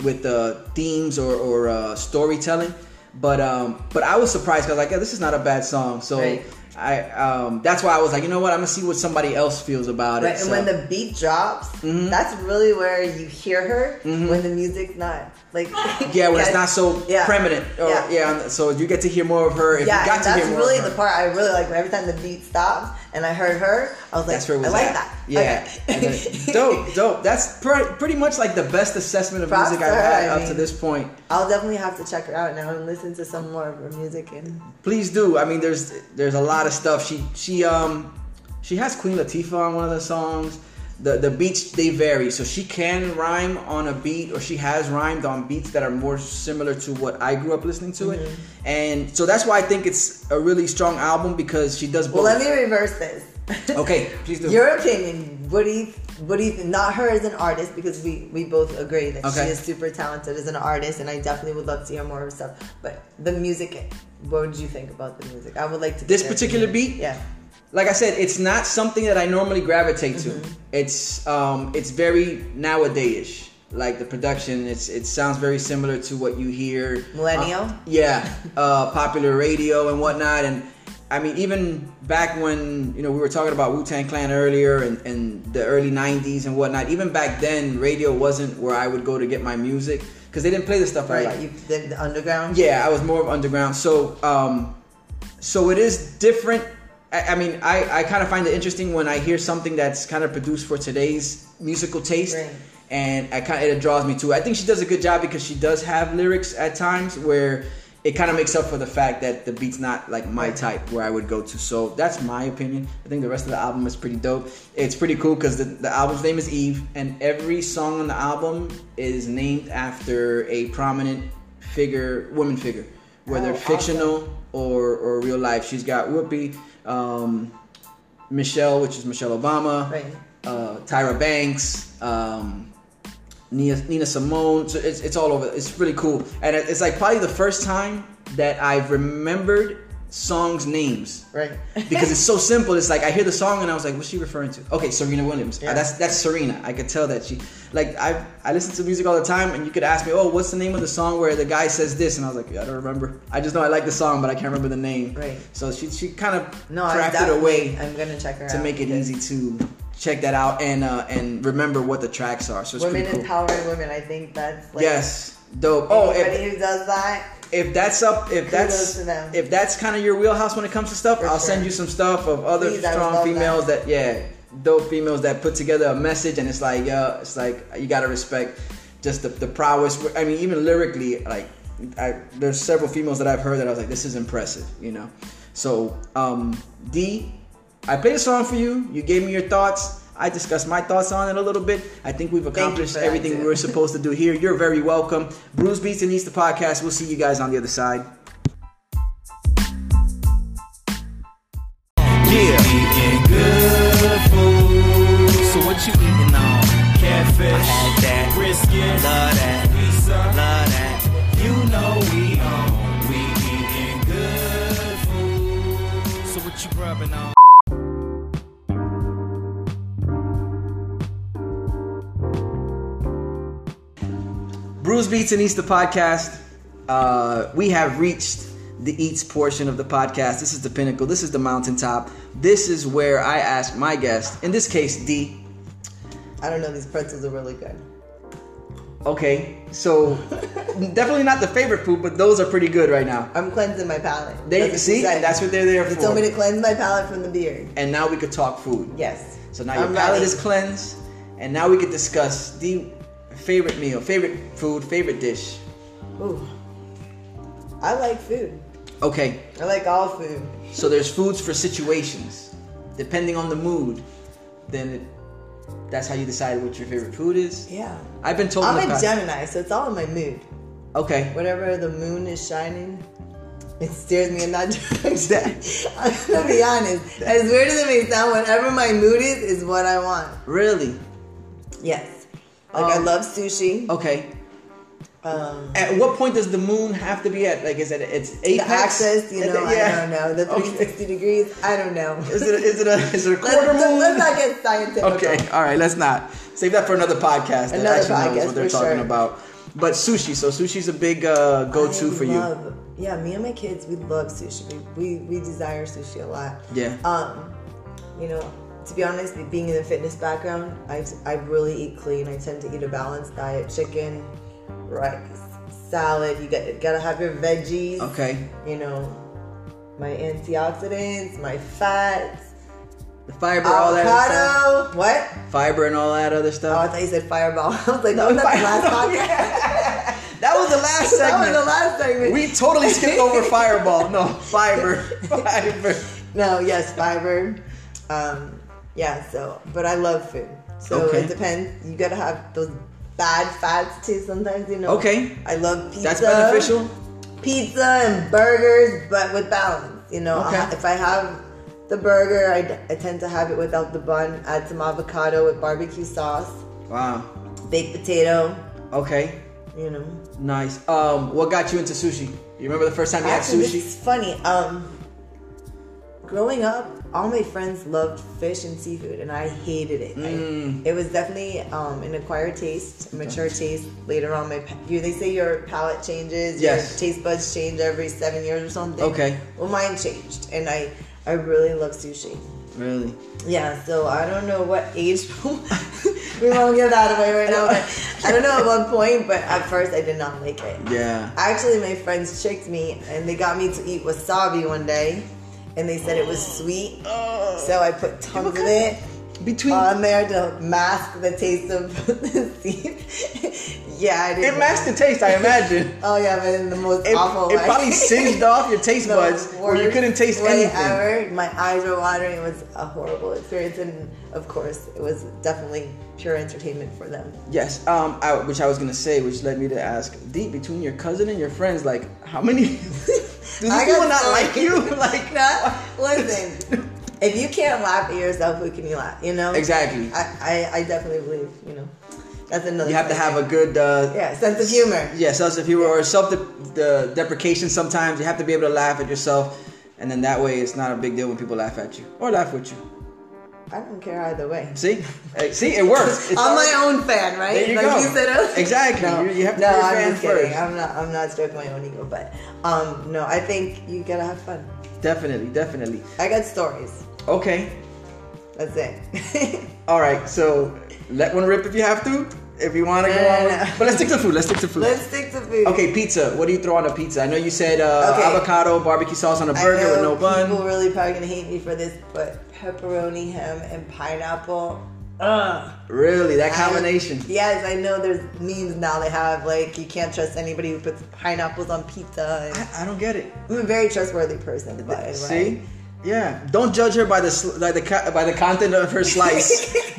[SPEAKER 2] with uh, themes or, or uh, storytelling. But um, but I was surprised because like yeah, this is not a bad song. So
[SPEAKER 1] Right.
[SPEAKER 2] I um, that's why I was like, you know what, I'm gonna see what somebody else feels about
[SPEAKER 1] Right, and
[SPEAKER 2] it. So- Mm-hmm.
[SPEAKER 1] when the beat drops, that's really where you hear her when the music's not like.
[SPEAKER 2] yeah, when it's not so
[SPEAKER 1] Yeah.
[SPEAKER 2] prominent, or, yeah.
[SPEAKER 1] Yeah.
[SPEAKER 2] So you get to hear more of her. If
[SPEAKER 1] yeah,
[SPEAKER 2] you got
[SPEAKER 1] and
[SPEAKER 2] to
[SPEAKER 1] that's
[SPEAKER 2] hear more
[SPEAKER 1] really
[SPEAKER 2] of her.
[SPEAKER 1] the part I really like. Every time the beat stops and I heard her, I was like,
[SPEAKER 2] That's where it was
[SPEAKER 1] I like
[SPEAKER 2] at.
[SPEAKER 1] that.
[SPEAKER 2] Yeah.
[SPEAKER 1] Okay.
[SPEAKER 2] And then- dope, dope. That's pr- pretty much like the best assessment of
[SPEAKER 1] Props
[SPEAKER 2] music
[SPEAKER 1] to
[SPEAKER 2] I've
[SPEAKER 1] her,
[SPEAKER 2] had
[SPEAKER 1] I
[SPEAKER 2] up to
[SPEAKER 1] mean.
[SPEAKER 2] this point.
[SPEAKER 1] I'll definitely have to check her out now and listen to some more of her music and
[SPEAKER 2] please do. I mean, there's there's a lot of stuff. She she um she has Queen Latifah on one of the songs. The the beats they vary, so she can rhyme on a beat, or she has rhymed on beats that are more similar to what I grew up listening to it.
[SPEAKER 1] Mm-hmm.
[SPEAKER 2] And so that's why I think it's a really strong album because she does both.
[SPEAKER 1] Well, let me reverse this.
[SPEAKER 2] Okay, please do.
[SPEAKER 1] Your opinion. What do you? What do you? Think? Not her as an artist because we we both agree that
[SPEAKER 2] Okay.
[SPEAKER 1] she is super talented as an artist, and I definitely would love to hear more of her stuff. But the music. What would you think about the music? I would like to. get
[SPEAKER 2] This
[SPEAKER 1] their
[SPEAKER 2] particular
[SPEAKER 1] opinion.
[SPEAKER 2] beat?
[SPEAKER 1] Yeah.
[SPEAKER 2] like I said, it's not something that I normally gravitate to.
[SPEAKER 1] Mm-hmm.
[SPEAKER 2] It's um, it's very nowadayish. Like the production, it's it sounds very similar to what you hear
[SPEAKER 1] Millennial?
[SPEAKER 2] Uh, yeah, uh, popular radio and whatnot. And I mean, even back when you know we were talking about Wu Tang Clan earlier and, and the early '90s and whatnot. Even back then, radio wasn't where I would go to get my music because they didn't play the stuff I
[SPEAKER 1] Right.
[SPEAKER 2] like.
[SPEAKER 1] You, the, the underground.
[SPEAKER 2] Yeah, I was more of underground. So, um, so it is different. I, I mean, I, I kind of find it interesting when I hear something that's kind of produced for today's musical taste,
[SPEAKER 1] Right.
[SPEAKER 2] and I kind of, it draws me to it. I think she does a good job because she does have lyrics at times where it kind of makes up for the fact that the beat's not like my type where I would go to. So that's my opinion. I think the rest of the album is pretty dope. It's pretty cool because the, the album's name is Eve, and every song on the album is named after a prominent figure, woman figure, whether
[SPEAKER 1] Oh,
[SPEAKER 2] fictional or or real life. She's got Whoopi, um, Michelle, which is Michelle Obama,
[SPEAKER 1] Right.
[SPEAKER 2] uh, Tyra Banks. Um, Nina, Nina Simone. So it's, it's all over. It's really cool, and it- it's like probably the first time that I've remembered songs names.
[SPEAKER 1] Right.
[SPEAKER 2] Because it's so simple. It's like I hear the song and I was like, "What's she referring to?" Okay, Serena Williams.
[SPEAKER 1] Yeah.
[SPEAKER 2] That's that's Serena. I could tell that she, like, I I listen to music all the time, and you could ask me, "Oh, what's the name of the song where the guy says this?" And I was like, "I don't remember. I just know I like the song, but I can't remember the name."
[SPEAKER 1] Right.
[SPEAKER 2] So she she kind of
[SPEAKER 1] No, I
[SPEAKER 2] crafted a
[SPEAKER 1] definitely-
[SPEAKER 2] way
[SPEAKER 1] I'm gonna check her
[SPEAKER 2] to
[SPEAKER 1] out
[SPEAKER 2] make it
[SPEAKER 1] because
[SPEAKER 2] easy to check that out and uh, and remember what the tracks are. So it's
[SPEAKER 1] Women
[SPEAKER 2] pretty cool.
[SPEAKER 1] empowering women. I think that's like
[SPEAKER 2] yes, dope. Oh,
[SPEAKER 1] Anybody
[SPEAKER 2] if,
[SPEAKER 1] who does that,
[SPEAKER 2] if that's up, if that's
[SPEAKER 1] to them.
[SPEAKER 2] if that's kind of your wheelhouse when it comes to stuff,
[SPEAKER 1] For
[SPEAKER 2] I'll send
[SPEAKER 1] sure.
[SPEAKER 2] you some stuff of other
[SPEAKER 1] Please, I would
[SPEAKER 2] strong
[SPEAKER 1] love
[SPEAKER 2] females that. yeah, dope females that put together a message and it's like yeah, it's like you gotta respect just the, the prowess. I mean, even lyrically, like I, there's several females that I've heard that I was like, this is impressive, you know. So um, D, I played a song for you. You gave me your thoughts. I discussed my thoughts on it a little bit. I think we've
[SPEAKER 1] you
[SPEAKER 2] accomplished
[SPEAKER 1] for that,
[SPEAKER 2] everything we
[SPEAKER 1] dude.
[SPEAKER 2] were supposed to do here. You're very welcome. Bruce Beats and Easter Podcast. We'll see you guys on the other side.
[SPEAKER 4] Yeah. Eating good food. So what you eating on? Catfish. I had that. Brisket. Love that. Pizza. Love that. You know we on. We eating good food. So what you rubbing on?
[SPEAKER 2] Bruce Beats and Easter Podcast. Uh, we have reached the eats portion of the podcast. This is the pinnacle. This is the mountaintop. This is where I ask my guest, in this case, D.
[SPEAKER 1] I don't know. These pretzels are really good.
[SPEAKER 2] Okay, so definitely not the favorite food, but those are pretty good right now.
[SPEAKER 1] I'm cleansing my palate.
[SPEAKER 2] They
[SPEAKER 1] That's what
[SPEAKER 2] see,
[SPEAKER 1] she said.
[SPEAKER 2] that's what they're there
[SPEAKER 1] She
[SPEAKER 2] for.
[SPEAKER 1] told me to cleanse my palate from the beard.
[SPEAKER 2] and now we could talk food.
[SPEAKER 1] Yes.
[SPEAKER 2] So now your
[SPEAKER 1] I'm
[SPEAKER 2] palate
[SPEAKER 1] ready.
[SPEAKER 2] is cleansed, and now we can discuss the favorite meal, favorite food, favorite dish.
[SPEAKER 1] Ooh. I like food.
[SPEAKER 2] Okay,
[SPEAKER 1] I like all food.
[SPEAKER 2] so there's foods for situations, depending on the mood. Then it, that's how you decide what your favorite food is.
[SPEAKER 1] Yeah.
[SPEAKER 2] I've been told. in the
[SPEAKER 1] I'm a
[SPEAKER 2] past-
[SPEAKER 1] Gemini, so it's all in my mood.
[SPEAKER 2] Okay.
[SPEAKER 1] Whatever the moon is shining, it steers me in that direction. I'm gonna be honest. As weird as it may sound, whatever my mood is, is what I want.
[SPEAKER 2] Really?
[SPEAKER 1] Yes. Like I
[SPEAKER 2] Um, oh.
[SPEAKER 1] love sushi.
[SPEAKER 2] Okay.
[SPEAKER 1] Um,
[SPEAKER 2] At what point does the moon have to be at? Like, is it it's
[SPEAKER 1] the
[SPEAKER 2] apex?
[SPEAKER 1] access, you
[SPEAKER 2] Is
[SPEAKER 1] know,
[SPEAKER 2] it- yeah.
[SPEAKER 1] I don't know. The
[SPEAKER 2] Okay.
[SPEAKER 1] 360 degrees, I don't know.
[SPEAKER 2] Is it is it a is it a
[SPEAKER 1] Let's,
[SPEAKER 2] quarter moon?
[SPEAKER 1] let's not get scientific.
[SPEAKER 2] Okay, all right, let's not. Save that for another podcast. That
[SPEAKER 1] Another
[SPEAKER 2] actually knows
[SPEAKER 1] podcast,
[SPEAKER 2] what they're
[SPEAKER 1] for
[SPEAKER 2] talking
[SPEAKER 1] sure.
[SPEAKER 2] about. But sushi, so sushi's a big uh, go-to
[SPEAKER 1] I
[SPEAKER 2] for you.
[SPEAKER 1] love, Yeah, me and my kids, we love sushi. We, we we desire sushi a lot.
[SPEAKER 2] Yeah.
[SPEAKER 1] Um, you know, to be honest, being in the fitness background, I I really eat clean. I tend to eat a balanced diet: chicken, rice, salad. You got gotta have your veggies.
[SPEAKER 2] Okay,
[SPEAKER 1] You know, my antioxidants, my fats,
[SPEAKER 2] the fiber, all that stuff.
[SPEAKER 1] avocado. What?
[SPEAKER 2] fiber and all that other
[SPEAKER 1] Oh, I
[SPEAKER 2] stuff.
[SPEAKER 1] thought you said fireball. I was like, no, that's the last
[SPEAKER 2] Fireball,
[SPEAKER 1] podcast.
[SPEAKER 2] Uh, That was the
[SPEAKER 1] That
[SPEAKER 2] last
[SPEAKER 1] was
[SPEAKER 2] segment.
[SPEAKER 1] the last segment.
[SPEAKER 2] we totally skipped over fireball. No, fiber, fiber.
[SPEAKER 1] No, yes, fiber. Um, yeah, so, but I love food. So
[SPEAKER 2] Okay.
[SPEAKER 1] it depends. You gotta have those bad fats too sometimes, you know.
[SPEAKER 2] Okay.
[SPEAKER 1] I love pizza.
[SPEAKER 2] That's beneficial.
[SPEAKER 1] Pizza and burgers, but with balance, you know.
[SPEAKER 2] Okay.
[SPEAKER 1] I- if I have the burger, I, I tend to have it without the bun. Add some avocado with barbecue sauce,
[SPEAKER 2] Wow.
[SPEAKER 1] baked potato,
[SPEAKER 2] Okay.
[SPEAKER 1] you know.
[SPEAKER 2] Nice. Um, what got you into sushi? You remember the first time you had
[SPEAKER 1] Actually,
[SPEAKER 2] sushi?
[SPEAKER 1] this is funny. Um, growing up, all my friends loved fish and seafood, and I hated it. I-
[SPEAKER 2] Mm.
[SPEAKER 1] it was definitely um, an acquired taste, a mature taste. Later on, my pa- you, they say your palate changes,
[SPEAKER 2] Yes.
[SPEAKER 1] your taste buds change every seven years or something.
[SPEAKER 2] Okay.
[SPEAKER 1] Well, mine changed, and I I really love sushi.
[SPEAKER 2] Really?
[SPEAKER 1] Yeah, so I don't know what age we won't give that away right now. But I don't know at what point, but at first I did not like it.
[SPEAKER 2] Yeah.
[SPEAKER 1] Actually, my friends tricked me and they got me to eat
[SPEAKER 2] Oh.
[SPEAKER 1] wasabi one day and they said it was sweet. So I put tons of it
[SPEAKER 2] Between
[SPEAKER 1] on there to mask the taste of the seed. yeah, I did.
[SPEAKER 2] it matched the taste, I imagine.
[SPEAKER 1] Oh yeah, but in the most
[SPEAKER 2] It,
[SPEAKER 1] awful
[SPEAKER 2] it
[SPEAKER 1] way.
[SPEAKER 2] probably singed off your taste
[SPEAKER 1] The
[SPEAKER 2] buds, where you
[SPEAKER 1] worst
[SPEAKER 2] couldn't taste
[SPEAKER 1] way
[SPEAKER 2] anything.
[SPEAKER 1] Ever. My eyes were watering. It was a horrible experience, and of course, it was definitely pure entertainment for them.
[SPEAKER 2] Yes, um, I, which I was gonna say, which led me to ask, deep between your cousin and your friends, like, how many? Does this
[SPEAKER 1] I
[SPEAKER 2] people
[SPEAKER 1] got
[SPEAKER 2] not
[SPEAKER 1] so-
[SPEAKER 2] like you? Like,
[SPEAKER 1] Not, listen, if you can't laugh at yourself, who can you laugh? You know
[SPEAKER 2] Exactly.
[SPEAKER 1] I, I, I definitely believe. You know, that's another.
[SPEAKER 2] You have to
[SPEAKER 1] thing.
[SPEAKER 2] have a good, uh,
[SPEAKER 1] yeah sense of humor.
[SPEAKER 2] yeah, self if you were or self de- the deprecation. Sometimes you have to be able to laugh at yourself, and then that way it's not a big deal when people laugh at you or laugh with you.
[SPEAKER 1] I don't care either way.
[SPEAKER 2] See, Hey, see, it works. It's
[SPEAKER 1] I'm
[SPEAKER 2] all-
[SPEAKER 1] my own fan, right?
[SPEAKER 2] There you
[SPEAKER 1] like
[SPEAKER 2] go.
[SPEAKER 1] You said, oh.
[SPEAKER 2] Exactly.
[SPEAKER 1] No,
[SPEAKER 2] You- you have to
[SPEAKER 1] no,
[SPEAKER 2] be a
[SPEAKER 1] I'm
[SPEAKER 2] fan
[SPEAKER 1] just kidding.
[SPEAKER 2] first.
[SPEAKER 1] I'm not. I'm not stroking my own ego, but um, no, I think you gotta have fun.
[SPEAKER 2] Definitely, definitely.
[SPEAKER 1] I got stories.
[SPEAKER 2] Okay,
[SPEAKER 1] That's it.
[SPEAKER 2] all right. So let one rip if you have to, if you want to
[SPEAKER 1] No,
[SPEAKER 2] go on.
[SPEAKER 1] no,
[SPEAKER 2] with-
[SPEAKER 1] no.
[SPEAKER 2] But let's stick to food. Let's stick to food.
[SPEAKER 1] Let's stick to food.
[SPEAKER 2] Okay, pizza. What do you throw on a pizza? I know you said uh,
[SPEAKER 1] Okay.
[SPEAKER 2] avocado, barbecue sauce on a
[SPEAKER 1] I
[SPEAKER 2] burger with
[SPEAKER 1] know
[SPEAKER 2] no bun.
[SPEAKER 1] People really probably gonna hate me for this, but pepperoni, ham, and pineapple. Ugh.
[SPEAKER 2] Really, that
[SPEAKER 1] I-
[SPEAKER 2] combination.
[SPEAKER 1] yes, I know. There's memes now they have like you can't trust anybody who puts pineapples on pizza. And
[SPEAKER 2] I, I don't get it.
[SPEAKER 1] I'm a very trustworthy person, but right?
[SPEAKER 2] See? Yeah. Don't judge her by the sl- by the co- by the content of her slice.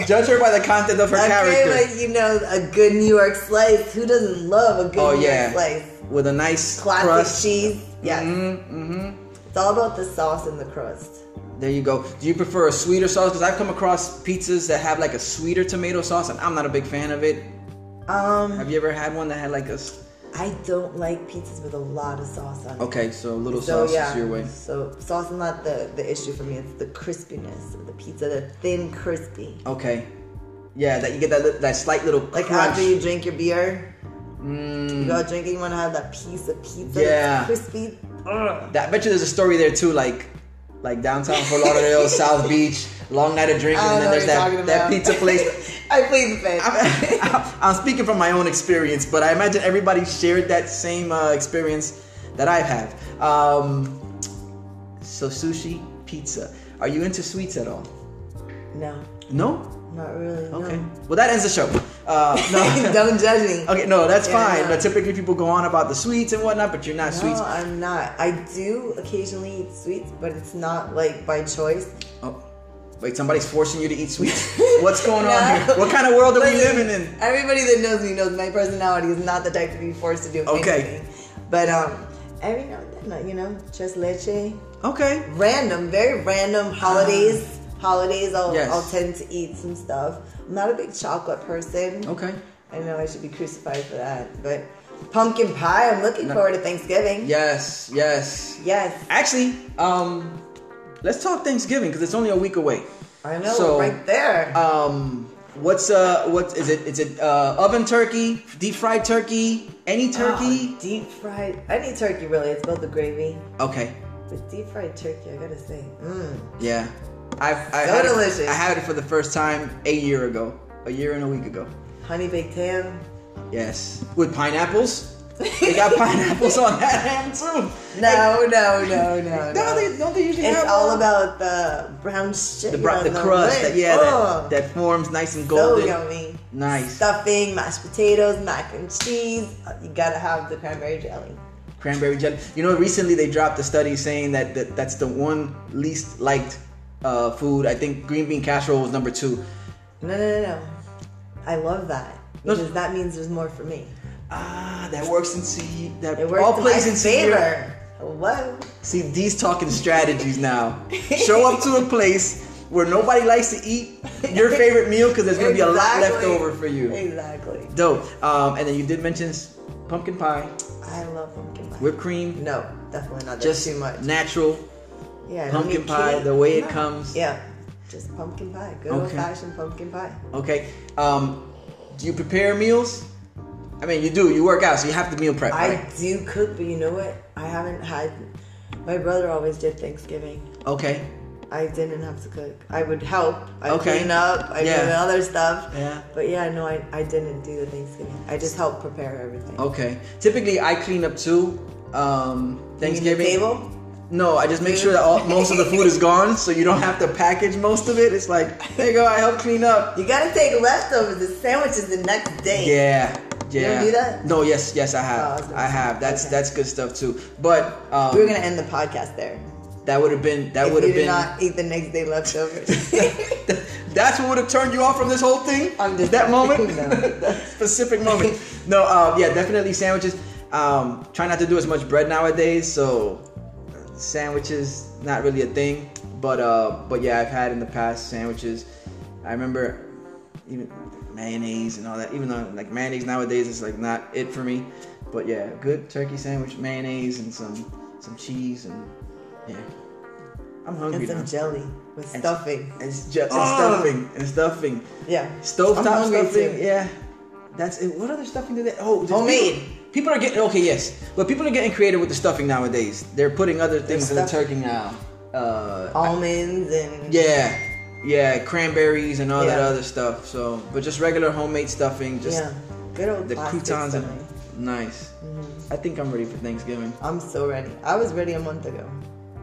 [SPEAKER 2] judge her by the content of her character.
[SPEAKER 1] Okay, but you know, a good New York slice. Who doesn't love a good
[SPEAKER 2] oh
[SPEAKER 1] New York
[SPEAKER 2] yeah.
[SPEAKER 1] slice?
[SPEAKER 2] With a nice
[SPEAKER 1] Classic
[SPEAKER 2] crust.
[SPEAKER 1] cheese. Yes.
[SPEAKER 2] Mm-hmm.
[SPEAKER 1] It's all about the sauce and the crust.
[SPEAKER 2] There you go. Do you prefer a sweeter sauce? Because I've come across pizzas that have like a sweeter tomato sauce, and I'm not a big fan of it.
[SPEAKER 1] Um,
[SPEAKER 2] Have you ever had one that had like a? s-
[SPEAKER 1] I don't like pizzas with a lot of sauce on it.
[SPEAKER 2] Okay, so little
[SPEAKER 1] So
[SPEAKER 2] sauce
[SPEAKER 1] yeah.
[SPEAKER 2] is your way.
[SPEAKER 1] So sauce is not the, the issue for me. It's the crispiness of the pizza, the thin crispy.
[SPEAKER 2] Okay. Yeah, that you get that li- that slight little
[SPEAKER 1] Like
[SPEAKER 2] crunch.
[SPEAKER 1] after you drink your beer,
[SPEAKER 2] Mm.
[SPEAKER 1] you go drinking, you want to have that piece of pizza
[SPEAKER 2] Yeah.
[SPEAKER 1] that's crispy. Ugh.
[SPEAKER 2] That- I bet you there's a story there too, like like downtown Fort Lauderdale, South Beach, long night of drinking,
[SPEAKER 1] I don't
[SPEAKER 2] and
[SPEAKER 1] know
[SPEAKER 2] then
[SPEAKER 1] what you're
[SPEAKER 2] there's that,
[SPEAKER 1] talking
[SPEAKER 2] that
[SPEAKER 1] about.
[SPEAKER 2] pizza place.
[SPEAKER 1] I plead the fifth.
[SPEAKER 2] I'm, I'm speaking from my own experience, but I imagine everybody shared that same uh, experience that I've had. Um, so sushi, pizza. Are you into sweets at all?
[SPEAKER 1] no,
[SPEAKER 2] No.
[SPEAKER 1] not really.
[SPEAKER 2] Okay.
[SPEAKER 1] No.
[SPEAKER 2] Well, that ends the show. Uh, no.
[SPEAKER 1] don't judge me.
[SPEAKER 2] Okay, no, that's
[SPEAKER 1] Yeah,
[SPEAKER 2] fine.
[SPEAKER 1] no.
[SPEAKER 2] But typically people go on about the sweets and whatnot, but you're not
[SPEAKER 1] No,
[SPEAKER 2] sweets.
[SPEAKER 1] I'm not. I do occasionally eat sweets, but it's not like by choice.
[SPEAKER 2] Oh, wait, somebody's forcing you to eat sweets? What's going on
[SPEAKER 1] No.
[SPEAKER 2] here? What kind of world are we
[SPEAKER 1] Listen,
[SPEAKER 2] living in?
[SPEAKER 1] Everybody that knows me knows my personality is not the type to be forced to do
[SPEAKER 2] Okay.
[SPEAKER 1] anything. But um, every now and then, you know, just leche.
[SPEAKER 2] Okay.
[SPEAKER 1] Random, very random holidays. Holidays, I'll,
[SPEAKER 2] Ah. Yes.
[SPEAKER 1] I'll tend to eat some stuff. I'm not a big chocolate person.
[SPEAKER 2] Okay.
[SPEAKER 1] I know I should be crucified for that, but pumpkin pie. I'm looking forward to Thanksgiving.
[SPEAKER 2] Yes, yes.
[SPEAKER 1] Yes.
[SPEAKER 2] Actually, um, let's talk Thanksgiving because it's only a week away.
[SPEAKER 1] I know,
[SPEAKER 2] So,
[SPEAKER 1] right there.
[SPEAKER 2] Um, what's uh, what is it? Is it uh, oven turkey, deep fried turkey, any turkey?
[SPEAKER 1] Oh, deep fried. I need turkey really. It's about the gravy.
[SPEAKER 2] Okay.
[SPEAKER 1] But deep fried turkey, I gotta say. Mm.
[SPEAKER 2] Yeah. I've, I
[SPEAKER 1] So
[SPEAKER 2] had It,
[SPEAKER 1] delicious.
[SPEAKER 2] I had it for the first time a year ago, a year and a week ago.
[SPEAKER 1] Honey baked ham.
[SPEAKER 2] Yes. With pineapples. They got pineapples on that ham too.
[SPEAKER 1] No, no, no, no.
[SPEAKER 2] No, they don't. They usually
[SPEAKER 1] it's
[SPEAKER 2] have
[SPEAKER 1] all
[SPEAKER 2] uh,
[SPEAKER 1] about the brown shit.
[SPEAKER 2] the,
[SPEAKER 1] on
[SPEAKER 2] bro- the crust.
[SPEAKER 1] bread.
[SPEAKER 2] That, yeah,
[SPEAKER 1] Oh,
[SPEAKER 2] that, that forms nice and
[SPEAKER 1] so
[SPEAKER 2] golden.
[SPEAKER 1] yummy.
[SPEAKER 2] Nice.
[SPEAKER 1] Stuffing, mashed potatoes, mac and cheese. You gotta have the cranberry jelly.
[SPEAKER 2] Cranberry jelly. You know, recently they dropped a study saying that, that that's the one least liked uh, food. I think green bean casserole was number two.
[SPEAKER 1] No, no, no, no. I love that
[SPEAKER 2] No,
[SPEAKER 1] because that means there's more for me.
[SPEAKER 2] Ah, that works in see that
[SPEAKER 1] It works
[SPEAKER 2] all plays
[SPEAKER 1] in
[SPEAKER 2] in
[SPEAKER 1] my
[SPEAKER 2] favor.
[SPEAKER 1] favor. Hello.
[SPEAKER 2] See, these talking strategies now. Show up to a place where nobody likes to eat your favorite meal because there's gonna be a lot left
[SPEAKER 1] Exactly.
[SPEAKER 2] over for you.
[SPEAKER 1] Exactly.
[SPEAKER 2] Dope. Um, and then you did mention s- pumpkin pie,
[SPEAKER 1] I love pumpkin pie.
[SPEAKER 2] whipped cream,
[SPEAKER 1] no, definitely not. That's
[SPEAKER 2] just
[SPEAKER 1] too much.
[SPEAKER 2] natural.
[SPEAKER 1] yeah, I don't
[SPEAKER 2] pumpkin
[SPEAKER 1] need
[SPEAKER 2] pie,
[SPEAKER 1] cake.
[SPEAKER 2] the way it
[SPEAKER 1] No.
[SPEAKER 2] comes.
[SPEAKER 1] Yeah, just pumpkin pie. Good
[SPEAKER 2] Okay.
[SPEAKER 1] old fashioned pumpkin pie.
[SPEAKER 2] Okay. Um, do you prepare meals? I mean, you do. You work out, so you have to meal prep.
[SPEAKER 1] I
[SPEAKER 2] right?
[SPEAKER 1] do cook, but you know what? I haven't had. My brother always did Thanksgiving.
[SPEAKER 2] Okay.
[SPEAKER 1] I didn't have to cook. I would help. I would
[SPEAKER 2] Okay.
[SPEAKER 1] clean up. I
[SPEAKER 2] Yeah.
[SPEAKER 1] did other stuff.
[SPEAKER 2] Yeah.
[SPEAKER 1] But yeah, no, I, I didn't do the Thanksgiving. I just helped
[SPEAKER 2] Oh,
[SPEAKER 1] prepare everything.
[SPEAKER 2] Okay. Typically, I clean up too.
[SPEAKER 1] You
[SPEAKER 2] Um,
[SPEAKER 1] mean the
[SPEAKER 2] Thanksgiving.
[SPEAKER 1] table.
[SPEAKER 2] No, I just make sure that all, most of the food is gone, so you don't have to package most of it. It's like, there you go, I helped clean up.
[SPEAKER 1] You gotta take leftovers and sandwiches the next day.
[SPEAKER 2] Yeah, yeah.
[SPEAKER 1] don't do that?
[SPEAKER 2] No, yes, yes, I
[SPEAKER 1] Oh, I was
[SPEAKER 2] have.
[SPEAKER 1] gonna
[SPEAKER 2] I
[SPEAKER 1] say.
[SPEAKER 2] have. That's
[SPEAKER 1] Okay.
[SPEAKER 2] that's good stuff too. But um,
[SPEAKER 1] We were gonna end the podcast there.
[SPEAKER 2] that would have been that
[SPEAKER 1] If
[SPEAKER 2] would
[SPEAKER 1] you
[SPEAKER 2] have
[SPEAKER 1] did
[SPEAKER 2] been
[SPEAKER 1] not eat the next day leftovers.
[SPEAKER 2] That's what would have turned you off from this whole thing.
[SPEAKER 1] I'm just-
[SPEAKER 2] that moment,
[SPEAKER 1] No.
[SPEAKER 2] that specific moment. No, um, yeah, definitely sandwiches. Um, try not to do as much bread nowadays, so sandwiches not really a thing. But uh, but yeah, I've had in the past sandwiches. I remember even mayonnaise and all that. Even though like mayonnaise nowadays is like not it for me. But yeah, good turkey sandwich, mayonnaise and some some cheese and yeah. I'm hungry
[SPEAKER 1] and some
[SPEAKER 2] now.
[SPEAKER 1] jelly with
[SPEAKER 2] And-
[SPEAKER 1] stuffing.
[SPEAKER 2] And, s- ju- and
[SPEAKER 1] Ugh.
[SPEAKER 2] stuffing and stuffing.
[SPEAKER 1] Yeah. Ah. I'm
[SPEAKER 2] Stovetop
[SPEAKER 1] hungry
[SPEAKER 2] stuffing.
[SPEAKER 1] too.
[SPEAKER 2] Yeah. That's it. What other stuffing do they? Oh, there's
[SPEAKER 1] Homemade.
[SPEAKER 2] People, people are getting okay. Yes, but people are getting creative with the stuffing nowadays. They're putting other things in the
[SPEAKER 1] stuff-
[SPEAKER 2] turkey now. Uh,
[SPEAKER 1] Almonds and
[SPEAKER 2] yeah, yeah, cranberries and all that
[SPEAKER 1] Yeah.
[SPEAKER 2] other stuff. So, but just regular homemade stuffing. Just
[SPEAKER 1] yeah. Good old
[SPEAKER 2] the
[SPEAKER 1] plastic
[SPEAKER 2] croutons and
[SPEAKER 1] stuffing. Mm-hmm.
[SPEAKER 2] nice. I think I'm ready for Thanksgiving.
[SPEAKER 1] I'm so ready. I was ready a month ago.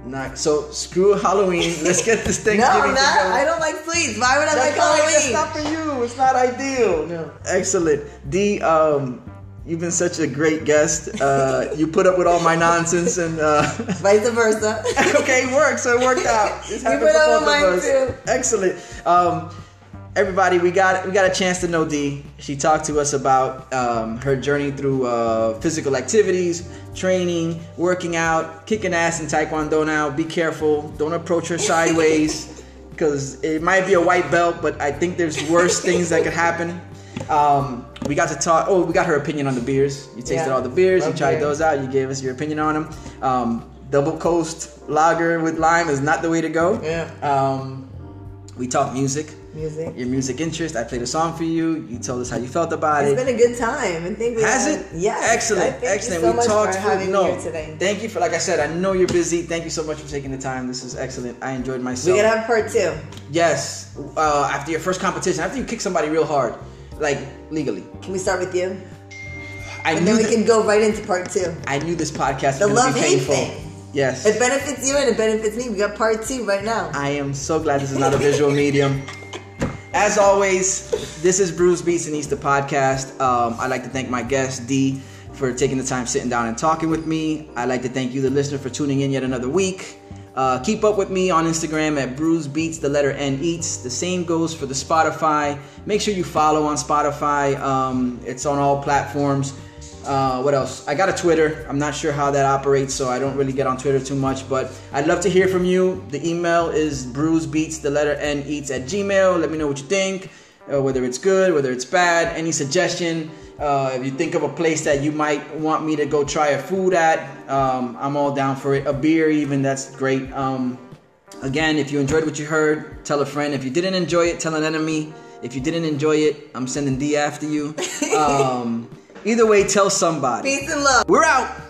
[SPEAKER 2] Nice. So screw Halloween. Let's get this
[SPEAKER 1] No,
[SPEAKER 2] Thanksgiving.
[SPEAKER 1] I'm not.
[SPEAKER 2] together.
[SPEAKER 1] I don't like sweets. Why would I like
[SPEAKER 2] That's not- that's
[SPEAKER 1] Halloween?
[SPEAKER 2] not for you. It's not ideal.
[SPEAKER 1] No.
[SPEAKER 2] Excellent. D, um, you've been such a great guest. Uh, you put up with all my nonsense and. Uh,
[SPEAKER 1] Vice versa.
[SPEAKER 2] okay, it worked. So it worked out. This
[SPEAKER 1] You
[SPEAKER 2] happened
[SPEAKER 1] put
[SPEAKER 2] for
[SPEAKER 1] up
[SPEAKER 2] both of
[SPEAKER 1] with mine,
[SPEAKER 2] us. Excellent. Um, everybody, we got we got a chance to know D. She talked to us about um, her journey through uh, physical activities, training, working out, kicking ass in Taekwondo. Now, be careful. Don't approach her sideways because it might be a white belt, but I think there's worse things that could happen. Um, we got to talk. Oh, we got her opinion on the beers. You tasted
[SPEAKER 1] Yeah.
[SPEAKER 2] all the beers.
[SPEAKER 1] Love
[SPEAKER 2] you tried
[SPEAKER 1] beer.
[SPEAKER 2] those out. You gave us your opinion on them. Um, double coast lager with lime is not the way to go.
[SPEAKER 1] Yeah.
[SPEAKER 2] Um, we talked music.
[SPEAKER 1] Music.
[SPEAKER 2] Your music interest. I played a song for you. You told us how you felt about
[SPEAKER 1] It's
[SPEAKER 2] it.
[SPEAKER 1] been a good time. and think we
[SPEAKER 2] Has
[SPEAKER 1] had-
[SPEAKER 2] it?
[SPEAKER 1] Yeah.
[SPEAKER 2] Excellent.
[SPEAKER 1] I thank
[SPEAKER 2] excellent.
[SPEAKER 1] You so
[SPEAKER 2] we
[SPEAKER 1] much
[SPEAKER 2] talked
[SPEAKER 1] for
[SPEAKER 2] food.
[SPEAKER 1] having me
[SPEAKER 2] no.
[SPEAKER 1] here today.
[SPEAKER 2] Thank you for like I said, I know you're busy. Thank you so much for taking the time. This is excellent. I enjoyed
[SPEAKER 1] we
[SPEAKER 2] myself.
[SPEAKER 1] gotta have part two.
[SPEAKER 2] yes. Uh, after your first competition, after you kick somebody real hard, like legally.
[SPEAKER 1] Can we start with you?
[SPEAKER 2] I
[SPEAKER 1] And
[SPEAKER 2] knew
[SPEAKER 1] then we
[SPEAKER 2] that-
[SPEAKER 1] can go right into part two.
[SPEAKER 2] I knew this podcast
[SPEAKER 1] The
[SPEAKER 2] was going to be
[SPEAKER 1] love-hate
[SPEAKER 2] painful.
[SPEAKER 1] thing.
[SPEAKER 2] Yes.
[SPEAKER 1] It benefits you and it benefits me. We got part two right now.
[SPEAKER 2] I am so glad this is not a visual medium. As always, this is Bruce Beats and Easter podcast. Um, I'd like to thank my guest D for taking the time sitting down and talking with me. I'd like to thank you, the listener, for tuning in yet another week. Uh, keep up with me on Instagram at Bruce Beats, the letter N Eats. The same goes for the Spotify. Make sure you follow on Spotify. Um, it's on all platforms. Uh, what else? I got a Twitter. I'm not sure how that operates, so I don't really get on Twitter too much. But I'd love to hear from you. The email is bruisebeats, the letter N eats at Gmail. Let me know what you think, uh, whether it's good, whether it's bad. Any suggestion? Uh, if you think of a place that you might want me to go try a food at, um, I'm all down for it. A beer, even that's great. Um, Again, if you enjoyed what you heard, tell a friend. If you didn't enjoy it, tell an enemy. If you didn't enjoy it, I'm sending D after you. Um, either way, tell somebody.
[SPEAKER 1] Peace and love.
[SPEAKER 2] We're out.